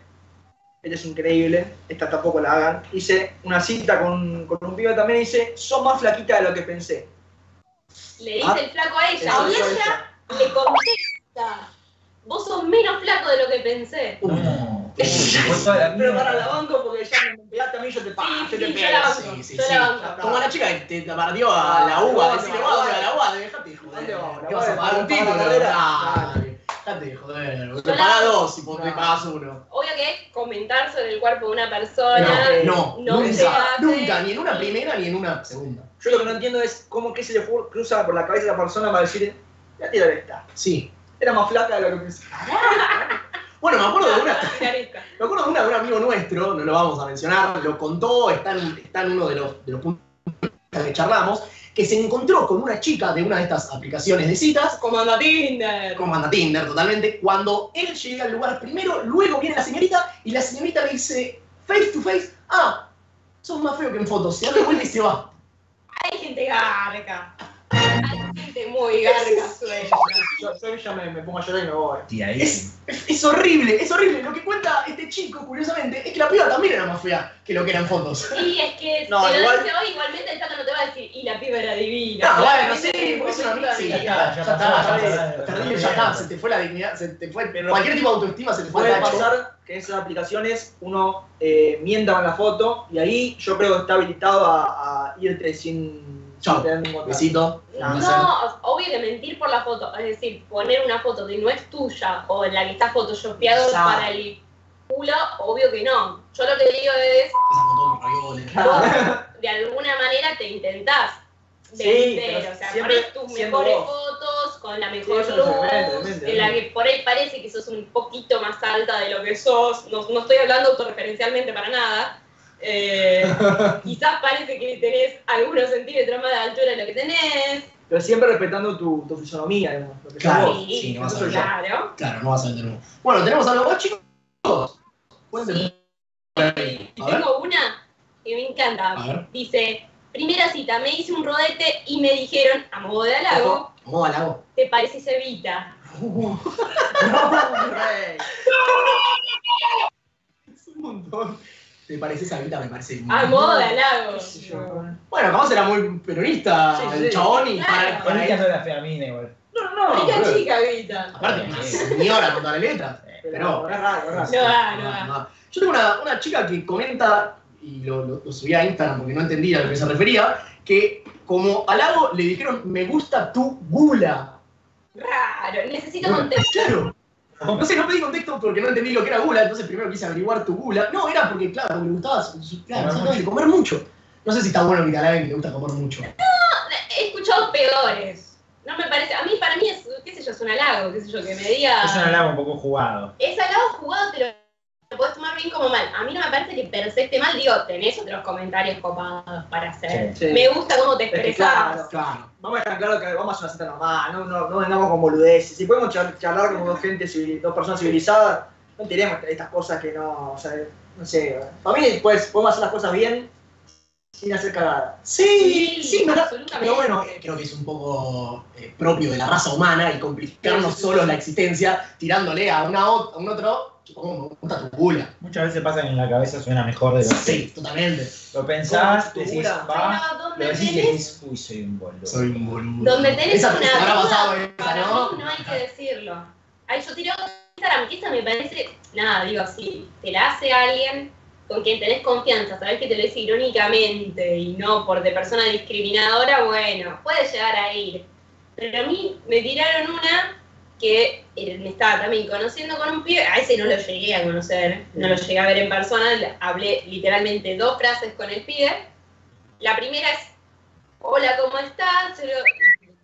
S4: esta es increíble, esta tampoco la hagan, dice una cita con, con un pibe también, dice, sos más flaquita de lo que pensé.
S5: Ah,
S6: Le dice el flaco a ella.
S4: Eso
S6: Y
S4: dijo
S6: ella
S4: ella.
S6: le contesta, vos sos menos flaco de lo que pensé.
S7: No.
S5: Pero para la banco porque ya me pegaste a mí, yo te pago.
S6: Sí,
S5: yo te
S6: sí,
S5: pego.
S6: yo la banco,
S5: Sí, sí,
S6: yo
S5: sí.
S6: la banco.
S5: Como la chica que te bardió a Ah, la UBA, decirle, vamos a la UBA, dejate joder.
S4: ¿Dónde vamos?
S5: ¿Qué vas a pagar un
S4: ¿Para
S5: título?
S4: la bandera?
S5: Dale, Dejate joder. Te
S6: la
S5: pagas
S6: banco.
S5: dos y vos te
S4: No.
S5: pagas uno.
S6: Obvio que comentar sobre el cuerpo de una persona
S5: No, eh,
S6: no se
S5: nunca,
S6: hace.
S5: nunca, ni en una primera ni en una segunda.
S4: Yo lo que no entiendo es cómo que se le fue- cruza por la cabeza a la persona para decir, la tira esta.
S5: Sí.
S4: Era más flaca de lo que pensé.
S5: Bueno, me
S6: Ah,
S5: acuerdo de una.
S6: Clarita.
S5: Me acuerdo de, una, de un amigo nuestro, no lo vamos a mencionar, lo contó, está en, está en uno de los, de los puntos que charlamos, que se encontró con una chica de una de estas aplicaciones de citas,
S6: Como anda Tinder.
S5: como anda Tinder totalmente, cuando él llega al lugar primero, luego viene la señorita y la señorita le dice face to face, ah, sos más feo que en fotos, se da la vuelta y se va.
S6: Hay gente garca. Hay gente muy garca suelta.
S4: Yo, yo ya me, me pongo a llorar y me voy.
S7: Y ahí.
S5: Es, es- es horrible, es horrible. Lo que cuenta este chico, curiosamente, es que la piba también era más fea que lo que eran fotos.
S6: Y es que
S4: No,
S6: si lo
S4: igual-
S6: dice hoy, igualmente el tato no te va a decir, y la piba era divina.
S5: No, bueno,
S6: Claramente,
S5: sí, porque es una
S6: piba
S5: amiga. Sí, ya
S6: divina.
S5: está, ya está, ya
S7: Ya
S5: está.
S7: está.
S5: Terrible, ya está. Se te fue la dignidad, se te fue.
S4: Pero-
S5: Cualquier tipo de autoestima se te fue
S4: Puede
S5: al tacho.
S4: pasar que en esas aplicaciones uno eh, mienta con la foto y ahí yo creo que está habilitado a, a irte sin,
S5: Chao.
S4: sin tener ningún contacto.
S5: Besito.
S4: Ah.
S6: No,
S5: Cáncer.
S6: obvio que mentir por la foto, es decir, poner una foto que no es tuya o en la que está photoshopeado
S5: Exacto.
S6: para el culo, obvio que no. Yo lo que digo es,
S5: Esa montón de ravioles.
S6: vos, de alguna manera te intentás
S4: Sí,
S6: vender,
S4: pero
S6: o sea,
S4: siempre
S6: pones tus
S4: siendo
S6: mejores
S4: vos.
S6: fotos con la mejor
S4: Sí, eso
S6: luz,
S4: tremendo, tremendo,
S6: en la que por ahí parece que sos un poquito más alta de lo que sos, no, no estoy hablando autorreferencialmente para nada. eh, quizás parece que tenés algunos centímetros más de altura de lo que tenés.
S4: Pero siempre respetando tu, tu fisonomía, digamos, lo que sos
S5: Claro.
S4: vos.
S5: Sí, no vas a
S4: ver.
S6: claro.
S5: Claro, no vas a vender uno. Bueno, tenemos algo más, chicos. Pueden
S6: Sí.
S5: tener- A ver,
S6: Tengo una que me
S5: a
S6: encanta.
S5: ver.
S6: Dice, primera cita, me hice un rodete y me dijeron, a modo de halago,
S5: ¿Cómo halago?
S6: te pareces Evita.
S4: Rey.
S5: Es un montón. ¿Te parece esa vida? Me parece. un
S6: A
S5: montón.
S6: modo de halago.
S5: Bueno, capaz era muy peronista
S4: Sí,
S5: el
S4: sí.
S5: chabón y
S6: Claro.
S5: para,
S7: Con
S5: para
S7: esta
S5: él.
S7: no la fea mina igual.
S4: No, no,
S6: Rica
S5: boludo.
S6: chica, Evita.
S5: Aparte, una señora con todas las letras.
S4: pero es raro, es raro.
S6: No va, no
S5: Ah, No,
S6: va.
S5: no. Yo tengo una, una chica que comenta, y lo, lo- lo subí a Instagram porque no entendía a lo que se refería, que como halago le dijeron, me gusta tu gula.
S6: Raro, necesito
S5: Gula.
S6: contexto.
S5: Claro. No sé, no pedí contexto porque no entendí lo que era gula, entonces primero quise averiguar tu gula. No, era porque, claro, me gustaba claro,
S7: Comer
S5: exactamente, comer mucho. No sé si está bueno que te halaguen que te gusta comer mucho.
S6: He escuchado peores. No me parece, a mí, para mí es, qué sé yo, es un halago, qué sé yo, que me diga...
S5: Ah.
S7: Es un halago un poco jugado.
S6: es halago jugado, pero lo podés tomar bien como mal. A mí no me parece que per se esté mal, digo, tenés otros comentarios copados para
S5: Eh.
S6: hacer.
S7: Sí.
S4: Sí.
S6: Me gusta cómo te
S4: que
S6: expresás.
S4: claro,
S5: Claro.
S4: Vamos a dejar claro que vamos a hacer una cita normal, no, no, no vengamos con boludeces. Si podemos char- charlar como dos gente, civil- dos personas civilizadas, no tiremos estas cosas que no, o sea, no sé. Para mí, pues, podemos hacer las cosas bien sin hacer cagada.
S5: Sí, sí, me da-
S6: absolutamente.
S5: Pero bueno, eh, creo que es un poco eh, propio de la raza humana el complicarnos solos la existencia tirándole a, una, o- a un otro, ¿cómo me gusta tu gula?
S7: Muchas veces pasa que en la cabeza suena mejor de lo que
S5: Sí, totalmente.
S7: lo pensás,
S4: Con
S7: decís,
S4: cultura.
S7: va,
S6: Pero
S7: lo
S6: donde
S7: decís y
S6: tenés,
S7: decís, uy, soy un boludo.
S5: un boludo.
S6: donde tenés
S5: Esa
S6: una
S5: habrá
S6: duda,
S5: pasado esa,
S6: para
S5: ¿no?
S6: mí no hay que decirlo. Ay, yo tiré otra Instagram, que esta me parece, nada, digo, si te la hace alguien con quien tenés confianza, sabés que te lo dice irónicamente y no por de persona discriminadora, bueno, puede llegar a ir. Pero a mí me tiraron una que eh, me estaba también conociendo con un pibe, a ese no lo llegué a conocer, no lo llegué a ver en persona, le- hablé literalmente dos frases con el pibe. La primera es, hola, ¿cómo estás? Yo, lo-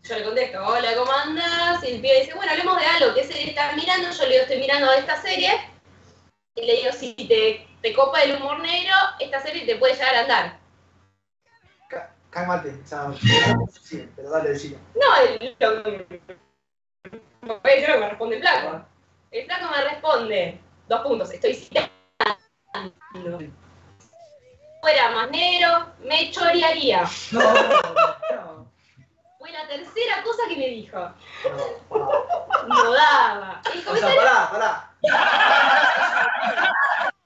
S6: yo le contesto, hola, ¿cómo andás? Y el pibe dice, bueno, hablemos de algo, ¿qué serie estás mirando? Yo le digo, estoy mirando esta serie. Y le digo, si te, te copa el humor negro, esta serie te puede llegar a andar.
S4: Cálmate, o sea, sí, pero dale, decilo.
S6: No, el, lo, creo que me responde el flaco. El flaco me responde, dos puntos, estoy citando. Fuera más negro, me chorearía.
S4: No, no,
S6: Fue la tercera cosa que me dijo.
S4: no, no.
S6: No daba. El
S4: O sea,
S6: comentario
S4: pará, pará.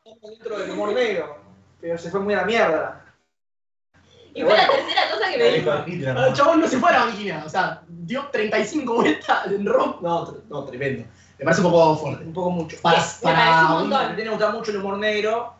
S4: Estamos dentro del humor negro, pero se fue muy a la mierda.
S6: Y fue la tercera cosa que me
S7: El
S6: dijo.
S7: hijo de Hitler.
S5: El chabón no se fue a la máquina, o sea, dio 35 vueltas en rock. No, tre- no, tremendo. Me parece un poco fuerte.
S4: Un poco mucho.
S5: Para,
S6: Me
S4: Ah,
S6: parece un montón.
S4: Me tiene que gustar mucho el humor negro.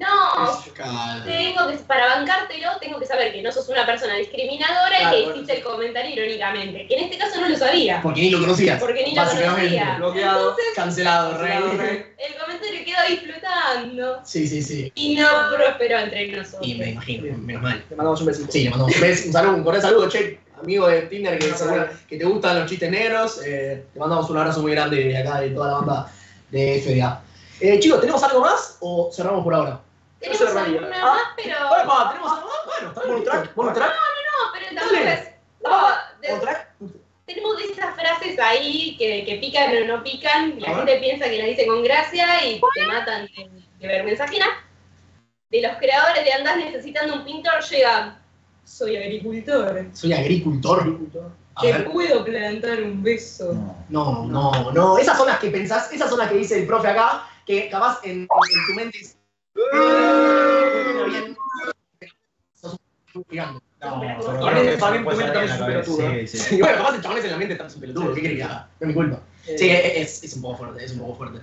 S6: No,
S5: Claro.
S6: tengo que, para bancártelo, tengo que saber que no sos una persona discriminadora
S4: Claro,
S6: y que
S4: bueno.
S6: hiciste el comentario irónicamente. Que en este caso no lo sabía.
S5: Porque ni lo conocías.
S6: Porque ni lo
S5: básicamente.
S6: conocía.
S4: Bloqueado,
S6: Entonces,
S5: Cancelado,
S4: Cancelado,
S5: rey.
S4: rey.
S6: el comentario quedó ahí flotando.
S5: Sí, sí, sí.
S6: Y no prosperó entre nosotros.
S5: Y me imagino, menos mal.
S4: Te mandamos un besito.
S5: Sí, le mandamos un beso, un saludo, un cordial saludo, che, amigo de Tinder que, seguro que te gustan los chistes negros. eh, te mandamos un abrazo muy grande de acá, de toda la banda de FDA. Eh, chicos, ¿tenemos algo más o cerramos por ahora?
S6: Tenemos
S4: No se reía.
S6: alguna
S4: Ah,
S6: más, pero.
S5: Ahora,
S6: No,
S5: pa, ¿tenemos algo más? Bueno, está bien.
S4: ¿Bonus track?
S5: ¿Bonus
S4: ¿Bonus
S5: track?
S4: track?
S6: pero tampoco
S5: Dale.
S6: es. no, de-
S5: ¿Bonus track?
S6: tenemos de esas frases ahí que, que pican o no pican, y la
S5: A ver.
S6: gente piensa que las dice con gracia y te matan de, de vergüenza ajena. De los creadores de Andás necesitando un pintor llega, soy agricultor,
S5: Soy agricultor. A
S6: te
S5: ver.
S6: puedo plantar un beso.
S5: No,
S7: No.
S5: no, no. Esas son las que pensás, esas son las que dice el profe acá, que capaz en, en tu mente es. Pero bien. Estás jugando.
S7: No,
S6: Para
S7: pero
S4: mí-
S7: creo que
S4: para mí
S7: se
S4: tu mente también
S7: puede sacar
S4: es
S7: en la
S4: un
S7: cabeza. Sí, sí.
S5: Y bueno, capaz el chabón es en la mente tan pelotudo. ¿Qué querés que haga? No es mi culpa.
S4: Eh,
S5: Sí, es, es un poco fuerte, es un poco fuerte.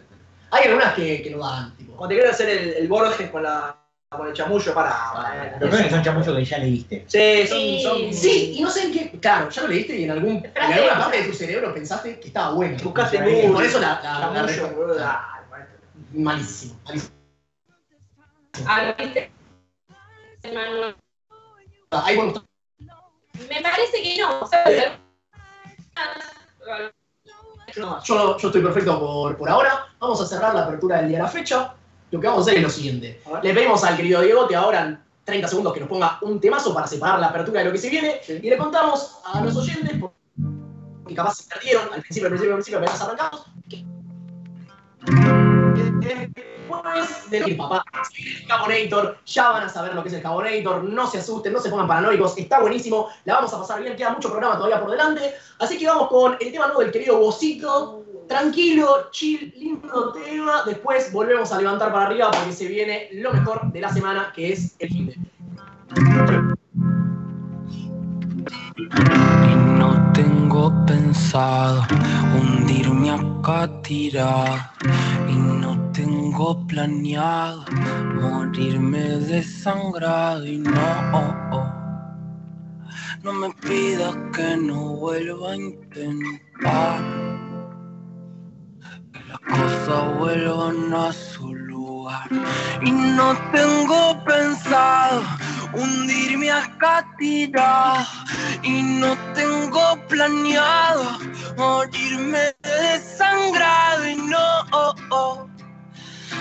S5: Hay algunas que, que no dan, tipo.
S4: Cuando te quiero hacer el, el Borges con, la, con el chamullo, para.
S7: Pero creo que son chamuchos que ya leíste.
S4: Sí, son.
S6: Sí.
S4: son-
S5: Sí, y no sé en qué. Claro, ya lo leíste y en, algún, en
S6: Frase
S5: alguna
S6: hecha.
S5: parte de tu cerebro pensaste que estaba bueno.
S4: Buscaste
S5: Y
S4: Google.
S5: Por eso la, la, la,
S4: Chamullo,
S5: re-
S4: boludo. Ay, maestro.
S5: Malísimo, malísimo.
S6: Ah, ¿viste? Manuel.
S5: Hay buenos-
S6: Me parece que no, ¿sabes?
S4: Yo no más.
S5: Yo, yo estoy perfecto por, por ahora. Vamos a cerrar la apertura del día de la fecha. Lo que vamos a hacer es lo siguiente.
S4: A ver.
S5: Le pedimos al querido Diegote ahora en 30 segundos que nos ponga un temazo para separar la apertura de lo que se viene. Y le contamos a los oyentes, porque capaz se perdieron al principio, al principio, al principio, apenas arrancamos, que después de que papá, se viene el Carbonator, ya van a saber lo que es el Carbonator, no se asusten, no se pongan paranoicos, está buenísimo, la vamos a pasar bien, queda mucho programa todavía por delante, así que vamos con el tema nuevo del querido Bocito, Tranquilo, chill, lindo tema. Después volvemos a levantar para arriba porque se viene lo mejor de la semana, que es el fin de.
S3: Y no tengo pensado hundirme acá tirado. Y no tengo planeado morirme desangrado. Y no, oh, oh, no me pidas que no vuelva a intentar. Que las cosas vuelvan a su lugar. Y no tengo pensado hundirme acá tirado. Y no tengo planeado morirme desangrado y no, oh, oh.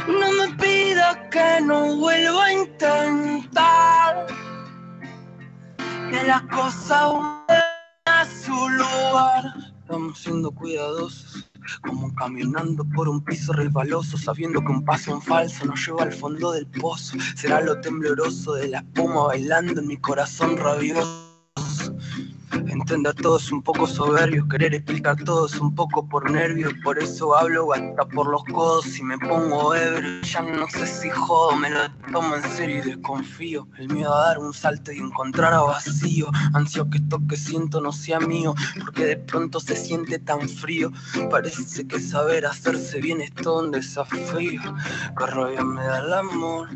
S3: no me pidas que no vuelva a intentar que las cosas vuelvan a su lugar. Estamos siendo cuidadosos, como caminando por un piso resbaloso, sabiendo que un paso en falso nos lleva al fondo del pozo. Será lo tembloroso de la espuma bailando en mi corazón rabioso. Entender todo es un poco soberbio, querer explicar todo es un poco por nervios, por eso hablo hasta por los codos y me pongo ebrio. Ya no sé si jodo, me lo tomo en serio y desconfío. El miedo a dar un salto y encontrar a vacío, ansio que esto que siento no sea mío, porque de pronto se siente tan frío. Parece que saber hacerse bien es todo un desafío. Que rabia me da el amor,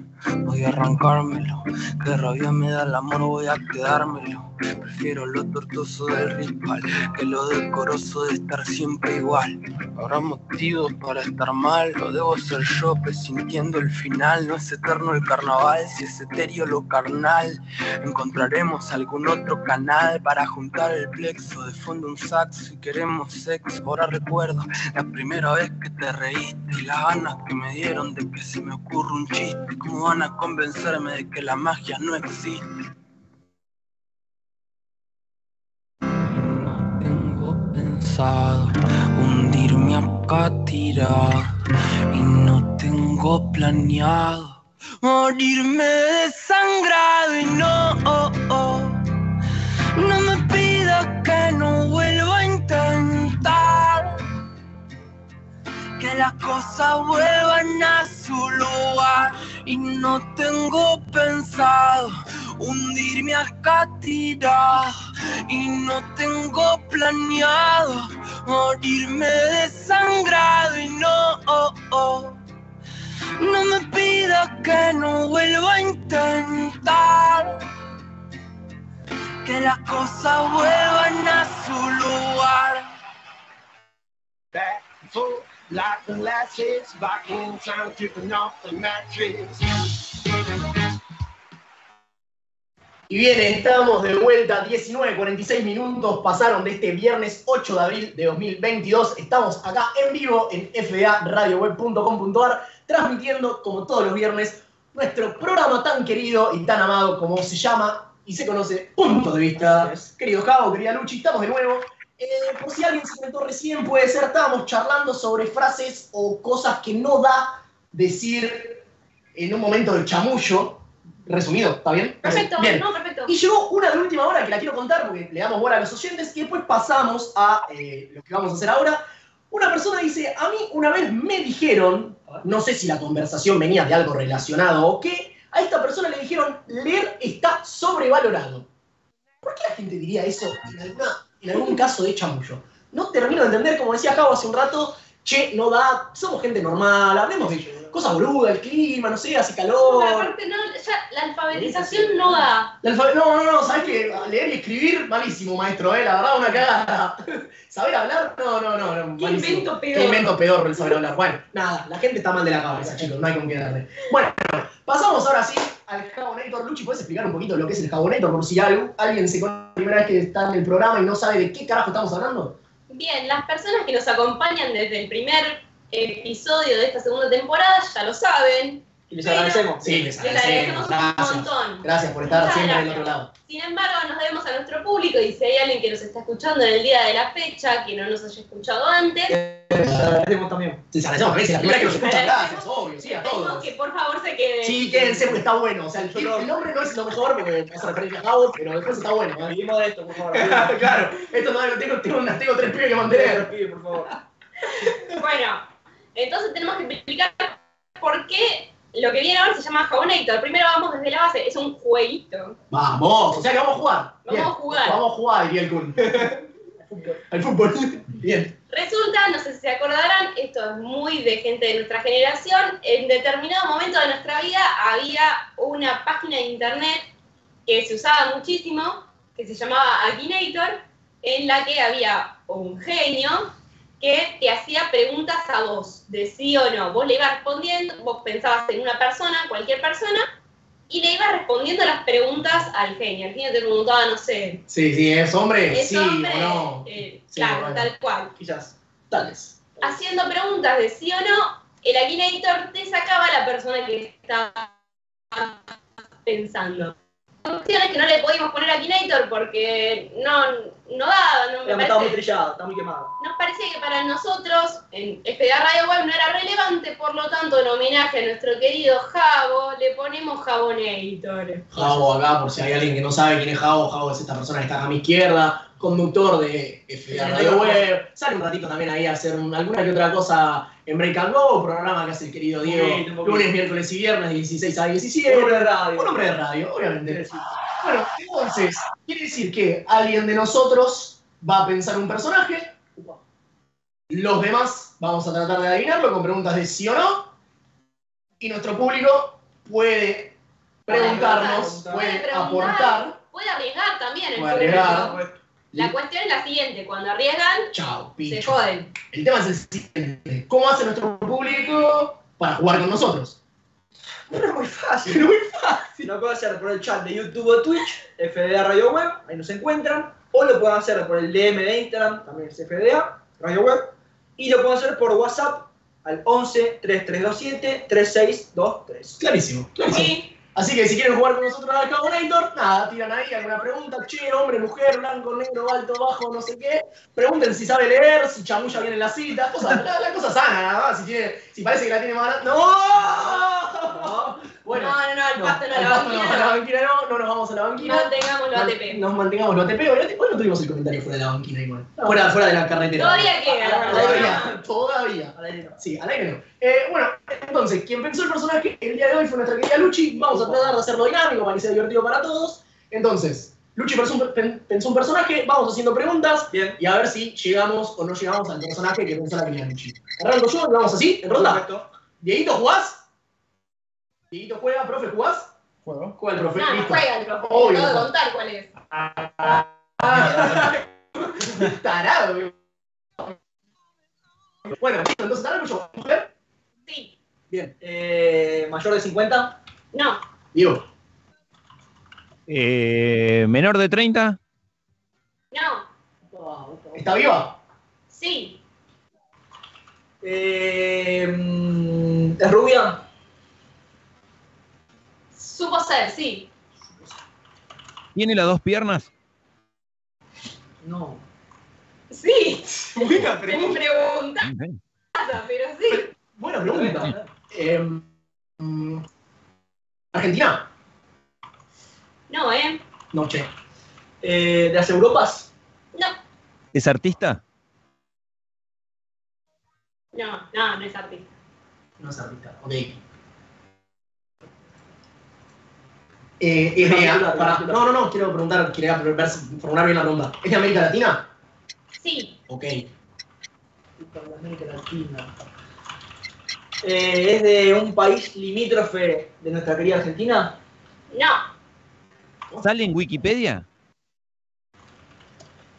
S3: voy a arrancármelo. Que rabia me da el amor, voy a quedármelo. Prefiero lo tortuoso del ritual que lo decoroso de estar siempre igual. Habrá motivos para estar mal, lo debo ser yo presintiendo el final. No es eterno el carnaval, si es etéreo lo carnal. Encontraremos algún otro canal para juntar el plexo. De fondo un sax si queremos sexo. Ahora recuerdo la primera vez que te reíste y las ganas que me dieron de que se me ocurra un chiste. ¿Cómo van a convencerme de que la magia no existe? No tengo pensado hundirme acá tirado y no tengo planeado morirme desangrado y no, oh, oh, no me pidas que no vuelva a intentar que las cosas vuelvan a su lugar y no tengo pensado
S2: hundirme hasta tirar y no tengo planeado morirme desangrado y no oh, oh. no me pida que no vuelva a intentar que las cosas vuelvan a su lugar
S3: Barefoot, like the lasses, back in town, kicking off the mattress.
S5: Y bien, estamos de vuelta, 19.46 minutos pasaron de este viernes 8 de abril de 2022. Estamos acá en vivo en fdaradioweb.com.ar, transmitiendo, como todos los viernes, nuestro programa tan querido y tan amado como se llama y se conoce Punto de Vista. Querido Javo, querida Luchi, estamos de nuevo. Eh, por si alguien se conectó recién, puede ser, estábamos charlando sobre frases o cosas que no da decir en un momento del chamullo. Resumido, ¿está bien?
S6: Perfecto,
S5: Bien.
S6: no, perfecto.
S5: Y llegó una de última hora que la quiero contar porque le damos bola a los oyentes y después pasamos a eh, lo que vamos a hacer ahora. Una persona dice, a mí una vez me dijeron, no sé si la conversación venía de algo relacionado o qué, a esta persona le dijeron, leer está sobrevalorado. ¿Por qué la gente diría eso en, alguna- en algún caso de chamullo? No termino de entender, como decía Javo hace un rato, che, no da, somos gente normal, hablemos de cosas boludas, el clima, no sé, hace
S6: Porque
S5: calor.
S6: aparte, no, ya, la alfabetización no da.
S5: La alfa- No, no, no, sabes que leer y escribir, malísimo, maestro, eh, la verdad, una cagada. ¿Saber hablar? No, no, no, no.
S6: ¿Qué
S5: malísimo.
S6: invento peor?
S5: Qué invento peor el saber hablar. Bueno, nada, la gente está mal de la cabeza, chicos, no hay con qué darle. Bueno, pasamos ahora sí al Jabonator. Luchi, ¿puedes explicar un poquito lo que es el Jabonator? Por si algo- alguien se conoce la primera vez que está en el programa y no sabe de qué carajo estamos hablando.
S6: Bien, las personas que nos acompañan desde el primer episodio de esta segunda temporada ya lo saben.
S4: Y les
S6: Pero-
S4: agradecemos.
S5: Sí, les
S6: Les agradecemos
S5: agradecemos.
S6: un
S5: Gracias.
S6: montón.
S5: Gracias por estar
S6: Muchas
S5: siempre del
S6: gracias.
S5: otro lado.
S6: Sin embargo, nos debemos a nuestro público y si hay alguien que nos está escuchando en el día de la fecha, que no nos haya escuchado antes,
S4: Les agradecemos también.
S5: Les agradecemos, es la primera que nos escucha.
S6: Les agradecemos.
S5: Gracias, obvio, sí, a
S6: pedimos
S5: todos.
S6: Eh, que por favor se queden.
S5: Sí, quédense porque está bueno. O sea, el, el nombre no es lo mejor porque hace referencia a Gabo, pero después está bueno. ¿eh?
S4: Vivimos de esto, por favor.
S5: claro, esto no lo tengo, tengo, una- tengo tres pibes que mantener.
S4: Pide, por favor.
S6: Bueno, entonces tenemos que explicar por qué lo que viene ahora se llama Jabonator. Primero vamos desde la base, es un jueguito.
S5: Vamos, o sea que vamos a jugar.
S6: Vamos a jugar.
S5: Vamos a jugar, diría el Kun. Al fútbol. Bien.
S6: Resulta, no sé si se acordarán, esto es muy de gente de nuestra generación, en determinado momento de nuestra vida había una página de internet que se usaba muchísimo, que se llamaba Akinator, en la que había un genio que te hacía preguntas a vos, de sí o no. Vos le ibas respondiendo, vos pensabas en una persona, cualquier persona, y le ibas respondiendo las preguntas al genio. El genio te preguntaba, no sé,
S5: Sí, sí, es hombre,
S6: ¿es
S5: sí
S6: hombre?
S5: o no.
S6: Eh,
S5: Sí,
S6: claro,
S5: bueno.
S6: tal cual
S5: Quizás. Tales.
S6: haciendo preguntas de sí o no, el Akinator te sacaba a la persona que estaba pensando. Opciones que no le podíamos poner a Akinator porque no, no daba, no me
S4: Pero está muy
S6: parece,
S4: trillado, está muy quemado.
S6: nos parecía que para nosotros en FDA Radio Web no era relevante, por lo tanto, en homenaje a nuestro querido Jabo, le ponemos Jabonator.
S5: Javo acá, por si hay alguien que no sabe quién es Javo, Javo es esta persona que está acá a mi izquierda, conductor de FDA Radio Web. Sale un ratito también ahí a hacer un- alguna que otra cosa en Break and Go, programa que hace el querido
S4: Un
S5: Diego.
S4: poquito, un poquito.
S5: Lunes, miércoles y viernes, de 16 a 17.
S4: Un hombre de radio.
S5: Un hombre de radio, obviamente. Bueno, entonces, quiere decir que alguien de nosotros va a pensar un personaje, los demás vamos a tratar de adivinarlo con preguntas de sí o no, y nuestro público puede preguntarnos,
S4: Puede
S5: puede
S6: preguntar.
S5: aportar,
S6: Puede arriesgar también el
S5: Puede arriesgar.
S4: Ah,
S6: público. La cuestión es la siguiente, cuando arriesgan,
S5: chao,
S6: se
S5: picho.
S6: joden.
S5: El tema es el siguiente, ¿cómo hace nuestro público para jugar con nosotros?
S4: Pero es muy fácil. muy fácil. Lo pueden hacer por el chat de YouTube o Twitch, FDA Radio Web, ahí nos encuentran. O lo pueden hacer por el DM de Instagram, también es FDA Radio Web. Y lo pueden hacer por WhatsApp al 11 3327 3623.
S5: Clarísimo, clarísimo.
S6: Sí.
S5: Así que si quieren jugar con nosotros al Carbonator, nada, tiran ahí alguna pregunta, che, hombre, mujer, blanco, negro, alto, bajo, no sé qué. Pregunten si sabe leer, si chamulla bien en las citas, cosas, la, la cosa sana, nada más, si, tiene, si parece que la tiene más... ¡No! No. Bueno,
S6: no, no, no, el pasto no,
S5: al
S6: la
S5: pasto no, a
S6: banquina
S5: la banquina no, no nos vamos a la banquina.
S6: no. No tengamos los ATP.
S5: Nos mantengamos los ATP. Hoy hoy no tuvimos el comentario fuera de la banquina igual. Fuera, fuera de la carretera.
S6: Todavía queda la
S5: Todavía, todavía. Sí, al aire no. Eh, bueno, entonces, quien pensó el personaje el día de hoy fue nuestra querida Luchi. Vamos a tratar de hacerlo dinámico para que sea divertido para todos. Entonces, Luchi pensó un, pen- pensó un personaje, vamos haciendo preguntas
S4: Bien.
S5: y a ver si llegamos o no llegamos al personaje que pensó la querida Luchi. Arranco yo, vamos así, en ronda.
S4: Perfecto.
S5: Dieguito, ¿jugás? Dieguito juega, profe, ¿jugás?
S10: Juego.
S5: Juega el profe,
S6: No, no
S5: listo.
S6: juega el profe.
S5: Obvio.
S6: Tengo que contar cuál es.
S5: Ah. Tarado, güey. Bueno, listo, entonces, ¿ahora yo? ¿Mujer?
S6: Sí.
S4: Eh, mayor de 50.
S6: No.
S5: Digo,
S8: Eh, menor de 30,
S6: No.
S5: ¿está viva?
S6: Sí.
S4: Eh, mm, ¿Es rubia?
S6: Supo ser, sí.
S8: tiene las dos piernas.
S4: No.
S6: Sí.
S4: Buena
S6: Me preguntaza, pero sí.
S5: Buena pregunta. Em, mm, ¿Argentina?
S6: No, ¿eh?
S5: No, che.
S4: Eh, ¿De las Europas?
S6: No.
S8: ¿Es artista?
S6: No, no, no es artista.
S5: No es artista, ok. Eh, es de,
S4: Argentina,
S5: pará,
S4: Argentina.
S5: no, no, no, quiero preguntar, quiero ver- formular bien la pregunta. ¿Es de América Latina?
S6: Sí.
S5: Ok.
S4: de América Latina. Eh, ¿Es de un país limítrofe de nuestra querida Argentina?
S6: No.
S8: ¿Sale en Wikipedia?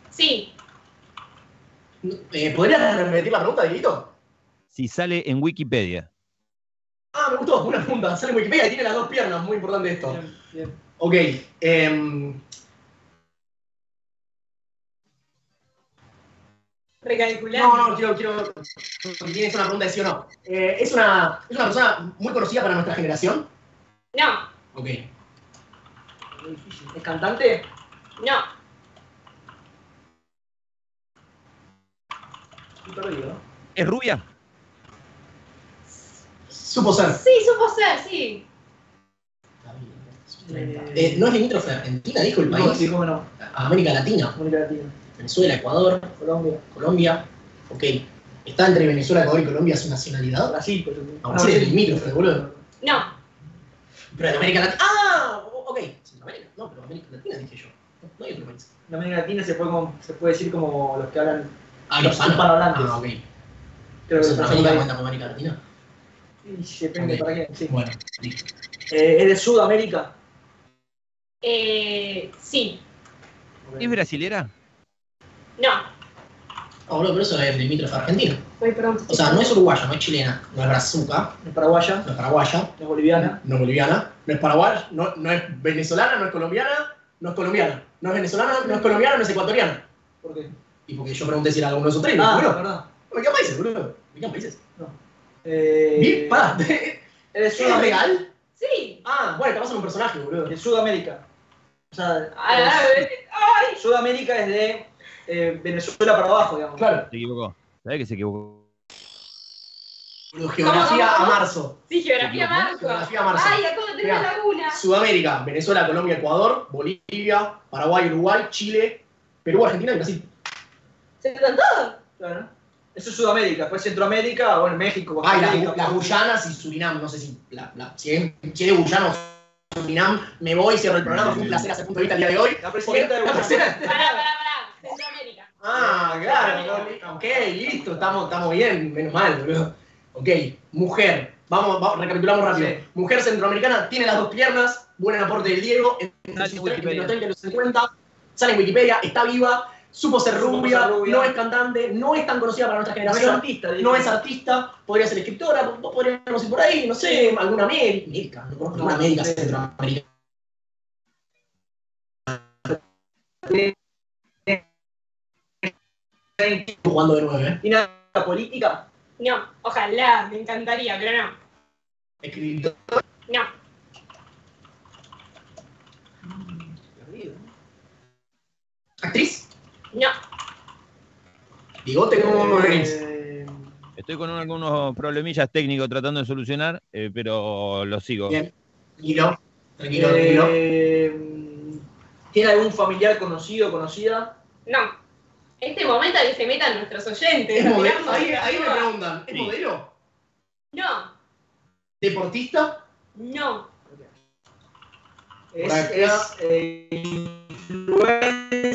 S6: Sí.
S5: Eh, ¿Podrías repetir la pregunta, Dieguito?
S8: Si sale en Wikipedia.
S5: Ah, me gustó, buena pregunta. Sale en Wikipedia y tiene las dos piernas, muy importante esto. Ok. em,
S6: Recalcular.
S5: no, no, quiero, quiero. Tienes una pregunta de sí o no. Eh, ¿es, una, ¿Es una persona muy conocida para nuestra generación?
S6: No.
S5: Ok.
S4: Muy difícil. ¿Es cantante?
S6: No.
S4: Estoy perdido.
S8: ¿Es rubia?
S5: Supo ser.
S6: Sí, supo ser, sí.
S5: Eh, no es limítrofe de Argentina, dijo el
S4: No,
S5: país.
S4: sí, cómo no.
S5: América Latina,
S4: América Latina.
S5: Venezuela, Ecuador,
S4: Colombia.
S5: Colombia. Ok. ¿Está entre Venezuela, Ecuador y Colombia su nacionalidad?
S4: Brasil. pero-
S5: No,
S4: Ah,
S5: Brasil es
S4: sí.
S5: limítrofe, boludo.
S6: No.
S5: Pero en América Latina. ¡Ah! o- Ok, Centroamérica. No, pero América Latina dije yo. No, No hay otro país.
S4: En América Latina se puede, como- se puede decir como los que hablan.
S5: Ah,
S4: los hispanohablantes.
S5: Ah, ok.
S4: Creo que
S5: ¿Centroamérica cuenta como América Latina?
S4: Sí, depende
S5: Ok.
S4: para quién. sí.
S5: Bueno, listo.
S4: Eh, ¿Es de Sudamérica?
S6: Eh, sí.
S8: ¿Es brasilera?
S6: No.
S5: Ah, boludo, pero eso es limítrofe argentino.
S6: Voy pronto.
S5: O sea, no es uruguaya, no es chilena, no es brazuca,
S4: ¿Es paraguaya?
S5: no es paraguaya,
S4: ¿Es boliviana?
S5: no es boliviana, no es paraguaya, no, no es venezolana, no es colombiana, no es colombiana, no es venezolana, no es colombiana, no es ecuatoriana.
S4: ¿Por qué?
S5: Y porque yo pregunté si era alguno de esos tres,
S4: Ah,
S5: boludo.
S4: la verdad.
S5: ¿Me quedan países, boludo? ¿Me quedan países?
S4: Eh,
S5: ¿Y? Pará,
S4: ¿Es de
S5: ¿es
S4: Sudamérica?
S5: real?
S6: Sí.
S5: Ah, bueno, te vas a un personaje, boludo.
S4: De Sudamérica. O sea,
S6: Ay,
S4: es-
S6: ay, ay.
S4: Sudamérica es de eh, Venezuela para abajo, digamos.
S5: Claro,
S8: Se equivocó. ¿Sabés que se equivocó?
S5: boludo, geografía a
S6: cómo?
S5: marzo.
S6: Sí, geografía marzo.
S5: Geografía marzo.
S6: Ay, acabo de tener
S5: Mirá.
S6: laguna.
S5: Sudamérica, Venezuela, Colombia, Ecuador, Bolivia, Paraguay, Uruguay, Chile, Perú, Argentina y Brasil.
S6: ¿Se están todos?
S4: Claro. Eso es Sudamérica. Después Centroamérica, bueno, México, Costa
S5: Ah, y las,
S4: Rica,
S5: Gu- las Guyanas y Surinam, no sé si, la, la- si, es, si es de Guyana o Surinam, me voy, cierro el programa, fue un placer hacer punto de vista el día de hoy.
S4: La presidenta de
S5: La
S4: Guyana.
S6: Pará, pará, pará. Centroamérica.
S5: Ah, claro, ok, listo, estamos, estamos bien, menos mal, boludo. Ok, mujer, vamos, vamos, recapitulamos rápido.
S4: Sí.
S5: Mujer centroamericana, tiene las dos piernas, buen aporte del Diego, entre
S8: Sale
S5: sus
S8: en
S5: tre- entre
S8: Wikipedia.
S5: los 30 y los 50, sale en Wikipedia, está viva, supo ser
S4: Supo
S5: rubia,
S4: ser rubia.
S5: no es cantante, no es tan conocida para nuestra
S4: No es
S5: generación,
S4: artista, digo.
S5: no es artista, podría ser escritora, vos podríamos ir por ahí, no sé, alguna médica, médica, no conozco ninguna médica centroamericana. Jugando de nueve, ¿eh?
S4: Tiene una política.
S6: No. Ojalá, me encantaría, pero no.
S5: Escritor.
S6: No.
S5: ¿Actriz?
S6: No.
S5: Bigote como
S4: Eh,
S8: Es Estoy con algunos problemillas técnicos tratando de solucionar, eh, pero lo sigo.
S5: Bien. Tranquilo, tranquilo, tranquilo.
S4: Eh, ¿Tiene algún familiar conocido, conocida?
S6: No. Este momento de que se metan nuestros oyentes.
S5: ¿Es modelo?
S6: mirando
S5: Ahí, ahí me
S6: arriba.
S5: preguntan, ¿es
S8: Sí.
S5: modelo?
S6: No,
S5: ¿Deportista?
S6: no.
S4: ¿Es,
S5: Por acá.
S4: es eh, influencer?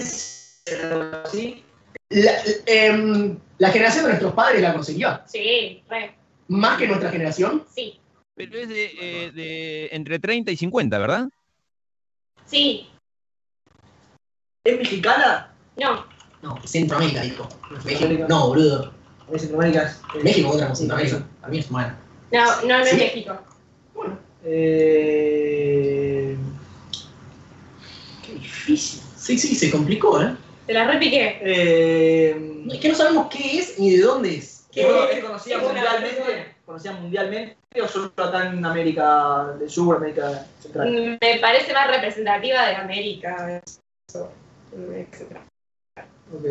S4: ¿Sí?
S5: La, em, la generación de nuestros padres la conseguía.
S6: Sí, re,
S5: Más que nuestra generación.
S6: sí.
S8: Pero es de, eh, de entre 30 y 50, ¿verdad?
S6: Sí,
S4: ¿Es mexicana?
S6: no.
S5: No, Centroamérica, dijo. México, no, boludo.
S4: Es centroamericana. es-
S5: México contra Centroamérica.
S4: Centroamérica.
S5: A mí es mal.
S6: No, no, no es
S5: Sí.
S6: México.
S5: Bueno,
S4: Eh,
S5: qué difícil. Sí, sí, se complicó, ¿eh?
S6: Te la repiqué.
S4: eh,
S5: No, Es que no sabemos qué es ni de dónde es.
S6: ¿Qué?
S4: Bueno, ¿Es conocida
S6: Es una
S4: mundialmente?
S6: persona.
S4: ¿Conocida mundialmente o solo acá en América del Sur, América Central?
S6: Me parece más representativa de América. eso, etcétera.
S4: Ok.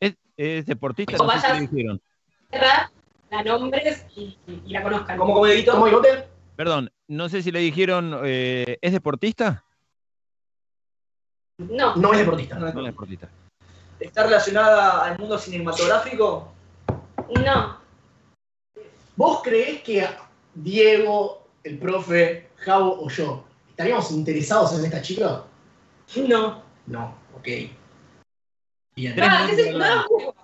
S8: ¿Es, es deportista?
S6: Como
S8: No sé si
S6: vaya-
S8: lo dijeron.
S6: La nombres y, y la conozcan.
S4: ¿Cómo come Dieguito?
S5: ¿Cómo bigote?
S8: Perdón, no sé si le dijeron, eh, ¿es deportista?
S6: No,
S5: No es deportista.
S8: No es
S4: No.
S8: deportista.
S4: ¿Está relacionada al mundo cinematográfico?
S6: no.
S5: ¿Vos creés que Diego, el profe, Javo o yo estaríamos interesados en esta chica?
S6: No.
S5: No, ok. Bien.
S8: Tres
S6: Ah, ¿qué
S8: minutos
S6: se-
S8: de
S6: no lo juzgo.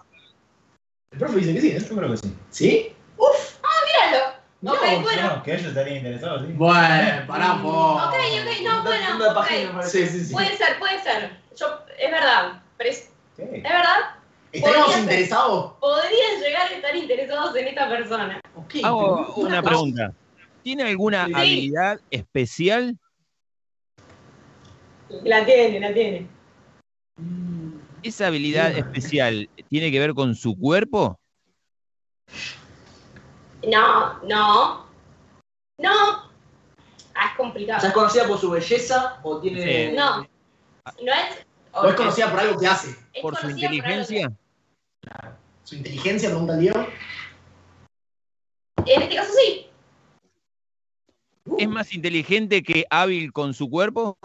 S5: El profe dice que sí, ¿eh?
S7: Yo creo que sí.
S5: ¿Sí? Uf.
S6: Míralo.
S5: No,
S6: ok, bueno.
S7: No, que ellos estarían interesados, sí.
S5: Bueno, pará un poco.
S6: Ok, ok, no,
S4: Dando de
S6: bueno. ok.
S4: página, me parece.
S5: Sí, sí, sí.
S6: Puede ser, puede ser. Yo, es verdad. pero Es,
S7: Sí.
S6: es verdad.
S5: ¿Estaríamos
S6: podría ser.
S5: interesados?
S6: Podrían llegar a estar interesados en esta persona.
S5: Ok.
S8: Hago
S5: pero-
S8: una pregunta. ¿Tiene alguna
S5: Ah. Sí.
S8: habilidad especial?
S6: La tiene, la tiene.
S5: Mm,
S8: ¿Esa habilidad
S5: Sí.
S8: especial tiene que ver con su cuerpo?
S6: No, no. No. Ah, es complicado.
S4: ¿Ya es conocida por su belleza o tiene.? eh,
S8: Sí.
S6: No. No es.
S5: ¿O es conocida por algo que hace?
S6: es
S8: ¿Por su
S6: conocida por algo
S8: inteligencia?
S5: ¿Su inteligencia? Pregunta el Diego.
S6: que- En este caso sí.
S8: ¿Es más inteligente que hábil con su cuerpo?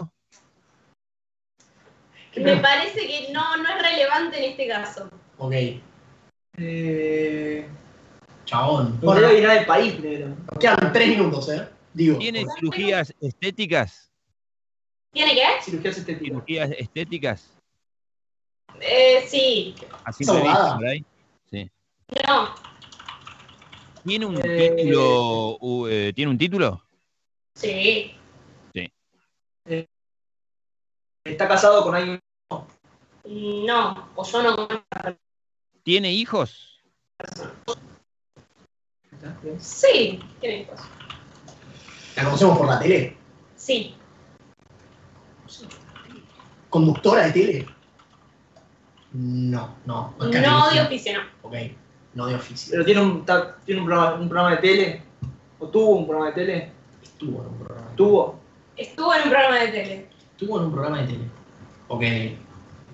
S5: ¿Qué
S6: Me
S5: pre-
S6: parece que no, no es relevante en este caso.
S5: Ok.
S4: Eh,
S5: Chabón.
S4: no debe
S5: Bueno,
S4: adivinar el país primero.
S5: quedan tres minutos, ¿eh? Digo.
S8: ¿Tiene cirugías estéticas?
S6: ¿Tiene que?
S4: Cirugía estética.
S8: ¿Cirugías estéticas?
S6: Eh, sí.
S8: A simple vista,
S5: abogada?
S8: por ahí.
S6: No.
S8: ¿Tiene un
S4: Eh.
S8: título? u- eh, ¿Tiene un título?
S6: Sí.
S4: ¿Está casado con alguien?
S6: No. O yo no.
S8: ¿Tiene hijos?
S6: Sí. Tiene hijos.
S5: La conocemos por la tele.
S6: Sí.
S5: ¿Conductora de tele? No, no.
S6: No de oficio, no.
S5: Ok. No de oficio.
S4: ¿Pero tiene, un, está- tiene un, programa, un programa de tele? ¿O tuvo un programa de tele?
S5: Estuvo en un programa. de-
S4: ¿Tuvo?
S6: Estuvo en un programa de tele.
S5: Estuvo en un programa de tele. Ok.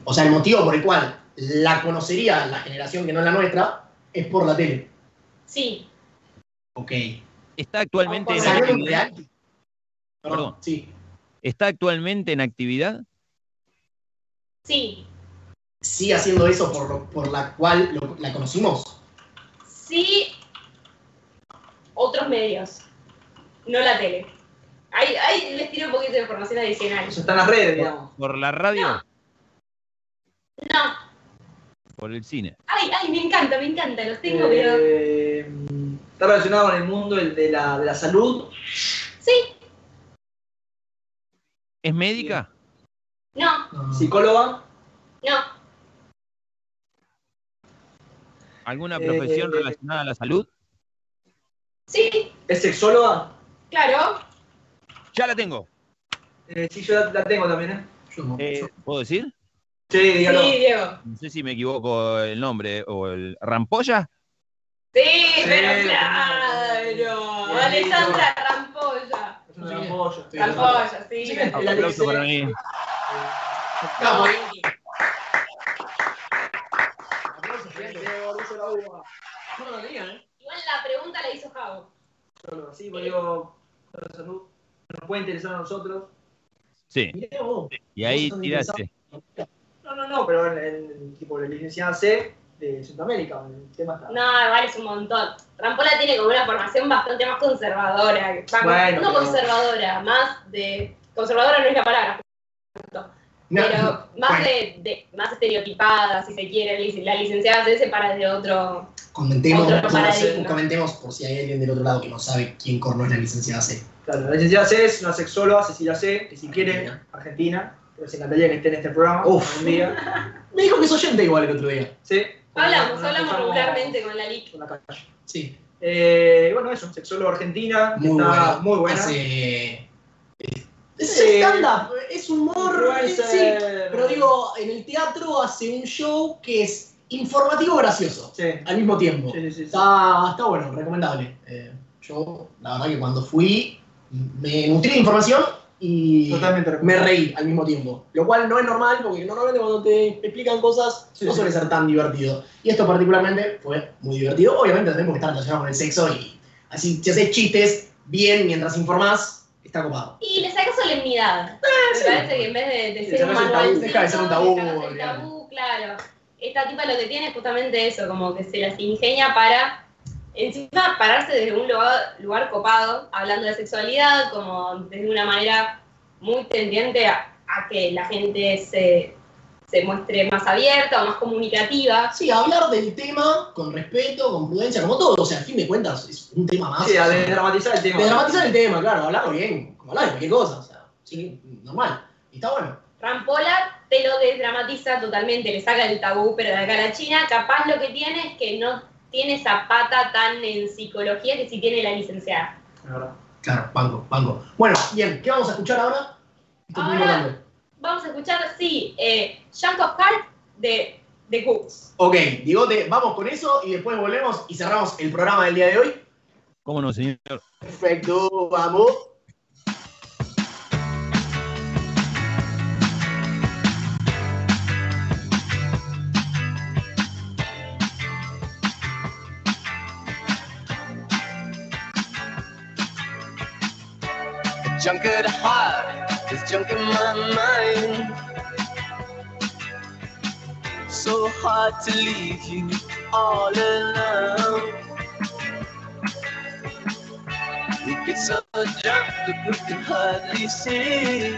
S5: O sea, el motivo por el cual la conocería la generación que no es la nuestra es por la tele.
S6: Sí.
S5: Ok.
S8: ¿Está actualmente en
S5: ¿Salió en un
S8: actividad?
S5: reality?
S8: Perdón.
S5: Sí.
S8: ¿Está actualmente en actividad?
S6: Sí.
S5: ¿Sigue haciendo eso por, lo- por la cual lo- la conocimos?
S6: Sí, otros medios, no la tele. Ahí, ahí les tiro un poquito de información adicional.
S4: O sea, está en las redes, digamos.
S8: ¿Por la radio?
S6: No,
S8: ¿Por el cine?
S6: ay, ay, me encanta, me encanta, los tengo, pero...
S4: Eh, ¿Está relacionado con el mundo el de, la, de la salud?
S6: Sí,
S8: ¿Es médica?
S6: no,
S4: Ah, ¿Psicóloga?
S6: no,
S8: ¿Alguna
S4: Eh,
S8: profesión
S4: eh, eh.
S8: relacionada a la salud?
S6: sí,
S4: ¿Es sexóloga?
S6: claro,
S8: Ya la tengo.
S4: Eh, sí, yo la, la tengo también, ¿eh?
S5: Yo no.
S8: Eh, ¿Puedo decir?
S4: Sí, dígalo.
S6: sí, Diego.
S8: No sé si me equivoco el nombre o el Rampolla.
S6: Sí,
S4: Sí,
S6: pero
S4: lo
S6: claro,
S4: tenemos.
S6: Alessandra Rampolla.
S4: Es una ampolla.
S5: Sí.
S6: Rampolla, sí.
S4: Sí.
S8: Un aplauso para mí.
S5: Vamos.
S6: No,
S5: Aplausos.
S4: Bien, Diego, dice la uva. Yo no la tenía, ¿eh?
S6: Igual la pregunta la hizo Javo.
S4: Solo así, pero digo, solo salud. Nos puede interesar a nosotros.
S8: Sí.
S4: Mirá vos.
S8: Y ahí
S4: Son
S8: tiraste.
S4: No, no, no, pero el, el tipo de licenciada C de Sudamérica, el tema está.
S6: No, igual es un montón. Rampola tiene como una formación bastante más conservadora. Va,
S4: Bueno,
S6: no
S4: pero-
S6: conservadora, más de. Conservadora no es la palabra. justo. Pero más de, de- más estereotipada, si se quiere, lic- la licenciada se hace para de otro.
S5: Comentemos,
S6: Otro
S5: por
S6: paradigma.
S5: si- comentemos por si hay alguien del otro lado que no sabe quién corno es la licenciada C.
S4: Claro, la licenciada C es una sexóloga, Cecilia C, que si quiere, Argentina, pero se encantaría que esté en este programa
S5: Uf.
S4: algún día.
S5: Me dijo que es oyente igual el otro día.
S4: Sí.
S6: Hablamos,
S4: Nos
S6: hablamos
S4: cruzamos
S6: regularmente con la LIC.
S4: por la calle.
S5: Sí,
S4: Eh, bueno, eso, sexóloga argentina, que
S5: muy
S4: Ah, está
S5: buena.
S4: muy buena. Ah,
S5: Hace- eh, Es
S4: Eh,
S5: stand-up, es humor. eh, Sí,
S4: Influencer.
S5: pero digo, en el teatro hace un show que es informativo gracioso
S4: Sí,
S5: al mismo tiempo.
S4: sí, sí, sí, sí.
S5: Está, está bueno, recomendable. Eh, yo, la verdad que cuando fui, me nutrí de información y
S4: Totalmente
S5: me
S4: recomendable.
S5: reí al mismo tiempo. Lo cual no es normal, porque normalmente cuando te explican cosas
S4: Sí,
S5: no
S4: sí.
S5: suele ser tan divertido. Y esto particularmente fue muy divertido. Obviamente tenemos que estar relacionados con el sexo y así, si haces chistes bien mientras informás, está copado.
S6: Y le saca solemnidad. Me
S5: Ah, sí.
S6: parece que en vez de, de
S4: Sí,
S6: ser un
S4: sacas el tabú,
S6: manual.
S5: deja de ser un tabú, olvidate.
S6: tabú, claro. Esta tipa lo que tiene es justamente eso, como que se las ingenia para, encima, pararse desde un lugar, lugar copado, hablando de sexualidad, como desde una manera muy tendiente a, a que la gente se, se muestre más abierta o más comunicativa.
S5: Sí, hablar del tema con respeto, con prudencia, como todo. O sea, al fin de cuentas es un tema más.
S4: Sí, a desdramatizar el tema.
S5: De dramatizar el tema, claro, hablarlo bien, como hablar de cualquier cosa, o sea, sí, normal. Y está bueno.
S6: Rampola te lo desdramatiza totalmente, le saca el tabú, pero de acá a la China, capaz lo que tiene es que no tiene esa pata tan en psicología que sí tiene la licenciada.
S4: La verdad.
S5: Claro, banco, banco. Bueno, bien, ¿qué vamos a escuchar ahora? Esto es muy
S6: Ahora-
S5: importante.
S6: Vamos a escuchar, sí, eh, Junk of Heart de The Goods.
S5: Ok, Digote, vamos con eso y después volvemos y cerramos el programa del día de hoy.
S8: ¿Cómo no, señor?
S5: Perfecto, vamos.
S3: junk at heart is junk in my mind. So hard to leave you all alone. We get so drunk that we can hardly see.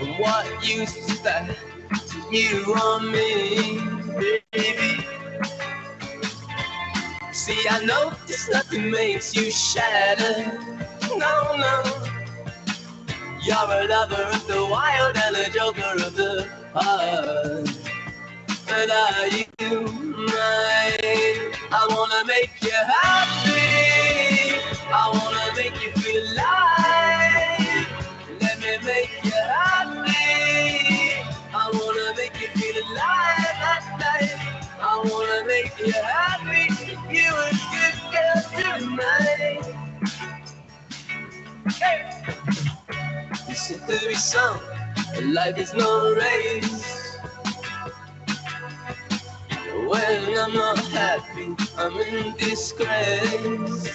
S3: And what use is that to you or me, baby? See, I know this nothing makes you shatter. No, no. You're a lover of the wild and a joker of the heart. But are you mine? I wanna make you happy. I wanna make you feel alive. Let me make you happy. I wanna make you feel alive at night. I wanna make you happy. You a good girl tonight. Hey. It's a dirty song. Life is no race. When I'm not happy, I'm in disgrace.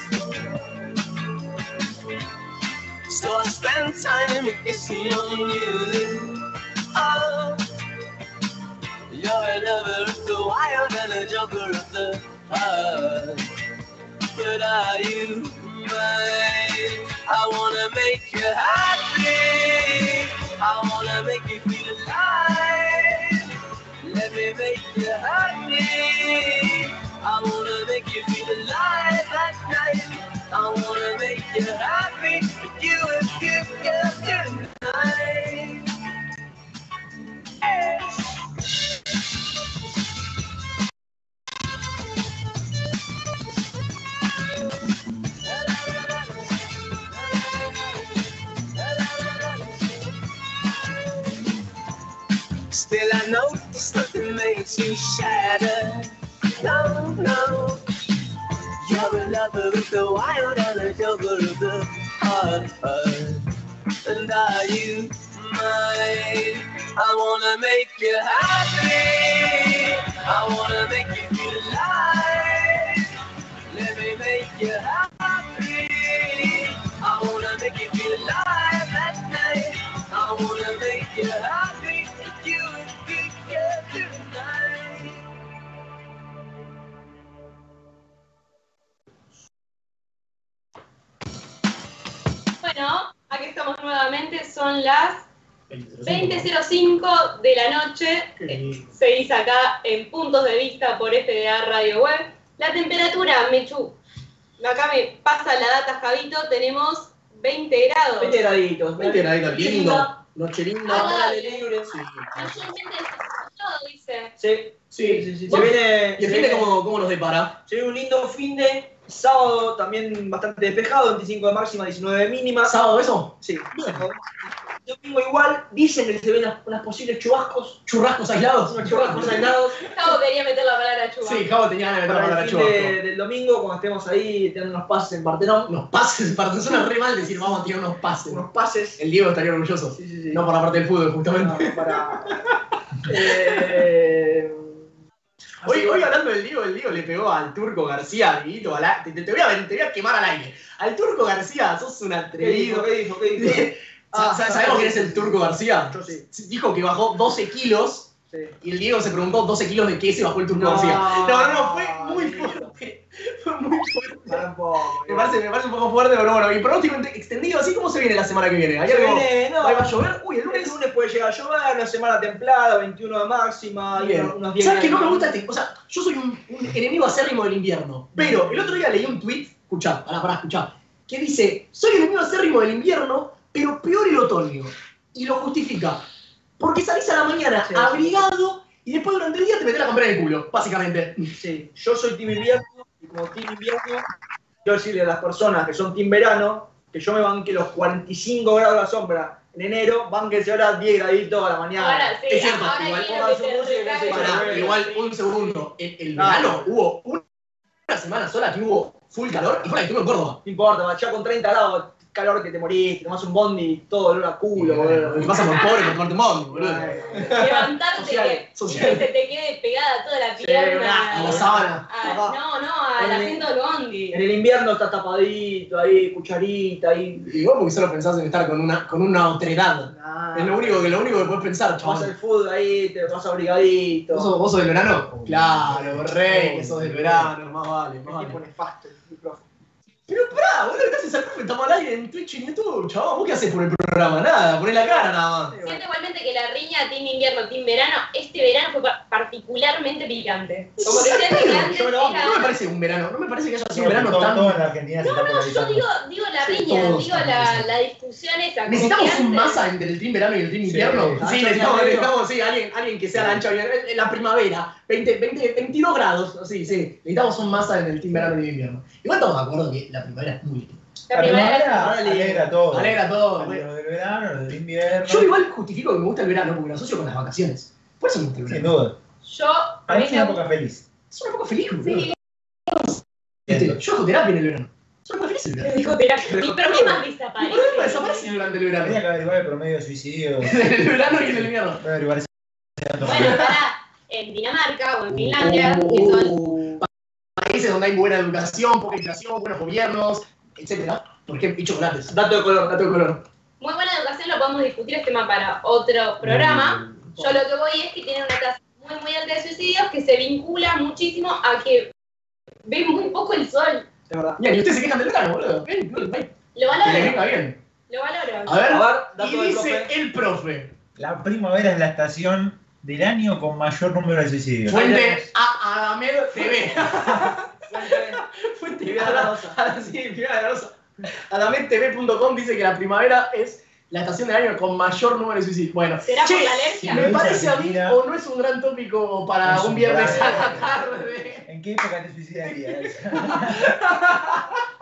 S3: So I spend time kissing on you. Oh. You're a lover of the wild and a joker of the heart. But are you mine? I wanna make you happy. I wanna make you feel alive. Let me make you happy. I wanna make you feel alive at night. I wanna make you happy. You a good girl tonight. Hey. Still I know this nothing makes you shatter. No, no. You're a lover of the wild and a lover of the heart. And are you mine? I wanna make you happy. I wanna make you feel alive. Let me make you happy. I wanna make you feel alive at night. I wanna make you happy. You and me together tonight.
S6: Bueno, aquí estamos nuevamente, son las 20.05 de la noche. Seguís acá en Puntos de Vista por FDA Radio Web. La temperatura, Mechu, acá me pasa la data, Javito, tenemos 20 grados.
S5: 20 graditos, 20 graditos, lindo. Ah.
S6: Lindo.
S5: Noche linda,
S6: Ah,
S5: hora de libre. Sí,
S6: Mayormente todo, dice.
S4: Sí,
S5: sí, sí. sí,
S4: se viene,
S5: ¿Y
S4: se
S5: el fin de
S4: viene-
S5: cómo, cómo nos depara?
S4: se viene un lindo fin de sábado también bastante despejado, 25 de máxima, 19 de mínima.
S5: ¿Sábado eso?
S4: Sí, sábado. domingo igual, dicen que se ven unas- unos posibles chubascos,
S5: ¿Churrascos aislados?
S4: unos chubascos aislados
S6: Gabo quería meter la palabra chuba.
S5: Sí, Javo tenía ganas de meter la
S4: para
S5: palabra
S4: el fin
S5: churrasco.
S4: de- del domingo cuando estemos ahí tirando unos pases en Partenón,
S5: Unos pases, para te suena re mal decir vamos a tirar unos pases.
S4: unos pases.
S5: El Diego estaría orgulloso.
S4: Sí, sí, sí.
S5: Eh, No por la parte del fútbol,
S4: No,
S5: justamente.
S4: para... Eh, así
S5: Hoy,
S4: que
S5: hoy
S4: bueno,
S5: hablando del Diego, el Diego le pegó al Turco García, amiguito. a la- te, te- te voy a, te voy a quemar al aire. Al Turco García, sos un
S4: ¿Qué dijo?
S5: atrevido.
S4: ¿Qué dijo? ¿Qué dijo?
S5: Sa- sa- ¿Sabemos quién es el Turco García?
S4: Yo sí.
S5: Dijo que bajó 12 kilos
S4: Sí.
S5: y el Diego se preguntó 12 kilos de qué se bajó el Turco García. No, no, no, fue muy fuerte. Fue muy fuerte.
S4: Para un poco,
S5: Me parece, me parece un poco fuerte, pero bueno, y pronóstico ent- extendido, así como se viene la semana que viene. ¿Hay algo?
S4: viene, no,
S5: ¿Ahí va a llover? Uy, el
S4: El
S5: lunes.
S4: lunes puede llegar a llover, una semana templada, 21 de máxima, y
S5: Bien.
S4: unos- unos 10
S5: ¿Sabes que
S4: grados.
S5: no me gusta este? O sea, yo soy un, un enemigo acérrimo del invierno. Pero el otro día leí un tweet, escuchá, pará, pará, escuchá, que dice: Soy enemigo acérrimo del invierno, pero peor el otoño. Y lo justifica. Porque salís a la mañana
S4: Sí.
S5: abrigado y después durante el día te metés a comprar el culo, básicamente.
S4: Sí, yo soy team invierno, y como team invierno, quiero decirle a las personas que son team verano, que yo me banque los 45 grados a la sombra en enero, banquense ahora 10 graditos a la mañana. Eh,
S6: Ahora sí,
S5: Es cierto,
S6: ahora
S5: igual
S6: quiero
S4: pongan
S6: que
S4: su
S6: te
S4: música y que se
S6: recargue.
S5: Pará,
S4: Sí.
S5: igual, un segundo. El, el
S4: Ah.
S5: verano hubo una semana sola que hubo full calor y bueno, estuve en Córdoba.
S4: No importa, macho, ya con 30 grados, calor que te morís, te tomás un bondi, todo olor a culo, boludo.
S5: Me pasa por pobre por tomarte un bondi, boludo.
S4: Ay,
S6: Levantarte
S5: Social,
S6: que- que
S5: social.
S6: se te quede pegada toda la
S4: Sí,
S6: pierna.
S4: una-
S5: A la sábana.
S6: Ah,
S4: Papá.
S6: no, no, al
S4: Ponle-
S6: asiento del bondi.
S4: En el invierno estás tapadito ahí, cucharita ahí.
S5: Y vos porque solo pensás en estar con una, con una otredad.
S4: Nah.
S5: Es lo único que, lo único que podés pensar,
S4: Vas al
S5: chaval.
S4: fútbol ahí, te vas
S5: ¿Vos
S4: abrigadito.
S5: sos, vos sos del verano? Claro, rey, que sos del verano, más vale,
S4: Es
S5: más
S4: tipo
S5: vale.
S4: nefasto el micrófono.
S5: Pero pará, vos lo que haces al profe, estamos al aire en Twitch y en YouTube, chaval. ¿Vos qué haces por el programa? Nada, poné la cara nada más.
S6: Siento igualmente que la riña Team Invierno, Team Verano, este verano fue pa- particularmente picante. Como que siento que antes
S5: Yo me la banco.
S6: era-
S5: No me parece un verano, no me parece que haya sido
S7: Todo-
S5: un verano
S7: todo-
S5: tan...
S7: todo en la Argentina se está
S6: Yo
S7: polarizando.
S6: digo, digo la
S5: Sí,
S6: riña,
S5: todos
S6: digo
S5: estamos
S6: la,
S5: así.
S6: la discusión esa. como
S5: Necesitamos
S6: que
S5: un
S6: antes-
S5: masa entre el team verano y el team invierno.
S4: Ah,
S5: Sí,
S4: yo
S5: necesitamos,
S4: creo.
S5: necesitamos, sí, alguien, alguien que sea la ancha bien. En la primavera, 20, 20, 22 grados. Sí, sí. Necesitamos un masa en el team verano y el invierno. Igual estamos de acuerdo que la primavera es muy linda.
S6: La primera
S7: Ahora alegra todo.
S5: Alegra todo. güey.
S7: Los del verano, los del invierno.
S5: Yo igual justifico que me gusta el verano porque lo asocio con las vacaciones. Por eso me gusta el
S7: Sin
S5: verano.
S7: duda.
S6: Yo, a
S7: Para mí
S6: mí
S7: es una
S6: me
S7: época feliz.
S5: Es una poco feliz, boludo.
S6: Sí,
S5: Este, Yo hago terapia en el verano. Es una poco feliz el
S6: me
S5: verano.
S6: dijo terapia. Mis problemas
S5: Mi
S6: desaparecen.
S5: problema desaparece durante el verano.
S7: Habría que averiguar el promedio de suicidio. Voy
S5: En el verano y en el invierno.
S7: a averiguar ese dato.
S6: Bueno, para en Dinamarca o en Finlandia, que son
S5: Uh, países donde hay buena educación, poca inflación, buenos gobiernos, etcétera. ¿Por qué? Y chocolates. Dato de color, dato de color.
S6: muy buena educación, lo podemos discutir este tema para otro programa. Yo lo que voy es que tienen una tasa muy, muy alta de suicidios que se vincula muchísimo a que ven muy poco el sol.
S4: Es verdad.
S5: Bien, y ustedes se quejan del verano, boludo. Bien,
S6: Lo
S5: bien, bien. Que les
S6: valoro,
S5: venga bien.
S6: lo valoro.
S5: A ver,
S4: A ver,
S5: y
S4: dato del
S5: dice
S4: profe.
S5: el profe.
S7: La primavera es la estación del año con mayor número de suicidios.
S5: Fuente a Adamed TV. Fuente
S4: Viviana
S5: Ada-
S4: Rosa.
S5: Ada- Ah, sí, Viviana de la Rosa. AdamedTV.com dice que la primavera es la estación del año con mayor número de suicidios. Bueno,
S6: ¿Será
S5: Che,
S6: por la alergia?
S5: me
S7: Luisa
S5: parece a mí
S7: Argentina.
S5: o no es un gran tópico para
S7: Es
S5: un
S7: un
S5: viernes a
S7: gran-
S5: la tarde.
S7: ¿En qué época te suicidarías?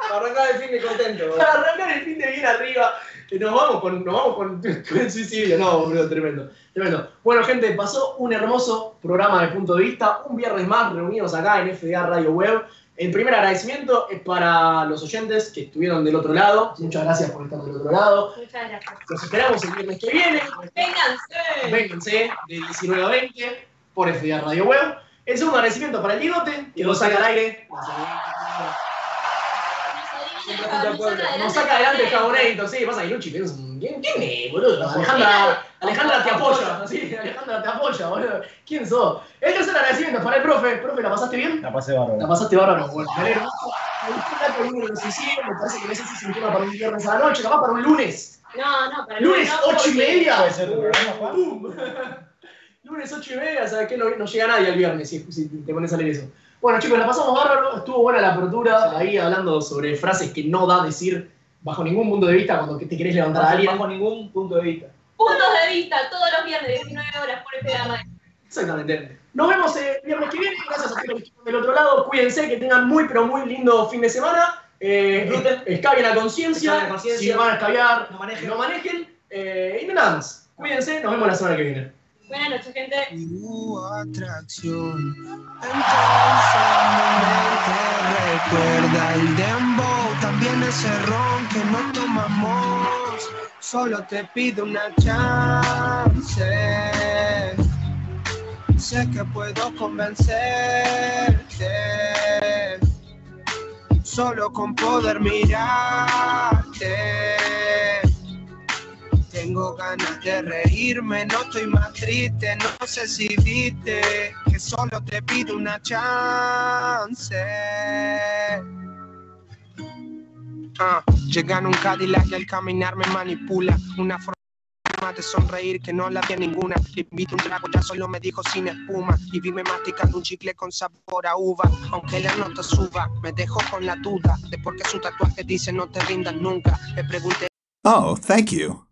S4: Para arrancar el fin de contento. boludo.
S5: Para arrancar el fin de bien arriba, eh, nos vamos con, nos vamos con, con el suicidio. No, boludo, tremendo. Tremendo. Bueno, gente, pasó un hermoso programa de punto de vista. Un viernes más reunidos acá en FDA Radio Web. El primer agradecimiento es para los oyentes que estuvieron del otro lado. Muchas gracias por estar del otro lado.
S6: Muchas gracias.
S5: Los esperamos el viernes que viene.
S6: Vénganse.
S5: Vénganse de 19 a 20 por FDA Radio Web. Es un agradecimiento para el Guidote, que nos saca al aire. Nos saca adelante el Jaboneito, sí. Pasa que Luchi, que es un- ¿quién, ¿quién es, boludo? Alejandra, Alejandra te apoya, sí, Alejandra te apoya, boludo. ¿Quién sos? El tercer agradecimiento para el profe. Profe, ¿la pasaste bien?
S7: La pasé
S5: La
S7: bárbaro.
S5: pasaste bárbaro, boludo. Me alegro mucho. Me gustó hablar con uno de los suicidios, me parece que no sé si es un tema para un viernes a la noche, capaz para un lunes.
S6: No, no, para
S5: Lunes,
S6: no,
S5: ocho y
S6: porque-
S5: media.
S7: ¿Puede ser tu programa, Juan?
S5: ¡Pum! Lunes 8 y media, ¿sabes qué? No, no llega nadie al viernes si, si te pones a leer eso. Bueno, chicos, la pasamos bárbaro. Estuvo buena la apertura. Ahí hablando sobre frases que no da decir bajo ningún punto de vista cuando que te querés levantar a alguien.
S11: bajo ningún punto de vista.
S6: Puntos de vista todos los viernes, 19 horas por este programa.
S5: Exactamente. Nos vemos el viernes que viene. Gracias a todos los que están del otro lado. Cuídense, que tengan muy, pero muy lindo fin de semana. Eh, escabien a
S11: Escabien a
S5: conciencia.
S11: conciencia.
S5: Si van a escabiar,
S11: No manejen.
S5: no manejen. Eh, y nada más. Cuídense. Nos vemos la semana que viene.
S6: Buenas noches, gente.
S3: tu atracción. Entonces me te recuerda el dembow, también ese ron que no tomamos. Solo te pido una chance. Sé que puedo convencerte. Solo con poder mirarte. Tengo ganas de reírme, no estoy más triste, no sé si viste que solo te pido una chance. Ah, llega en un Cadillac y al caminar me manipula una forma de sonreír que no la vi a ninguna. Le invito un trago, ya solo me dijo sin espuma. Y vime masticando un chicle con sabor a uva. Aunque la nota suba, me dejo con la duda de por qué su tatuaje dice no te rindas nunca. Me pregunté
S12: Oh, thank you.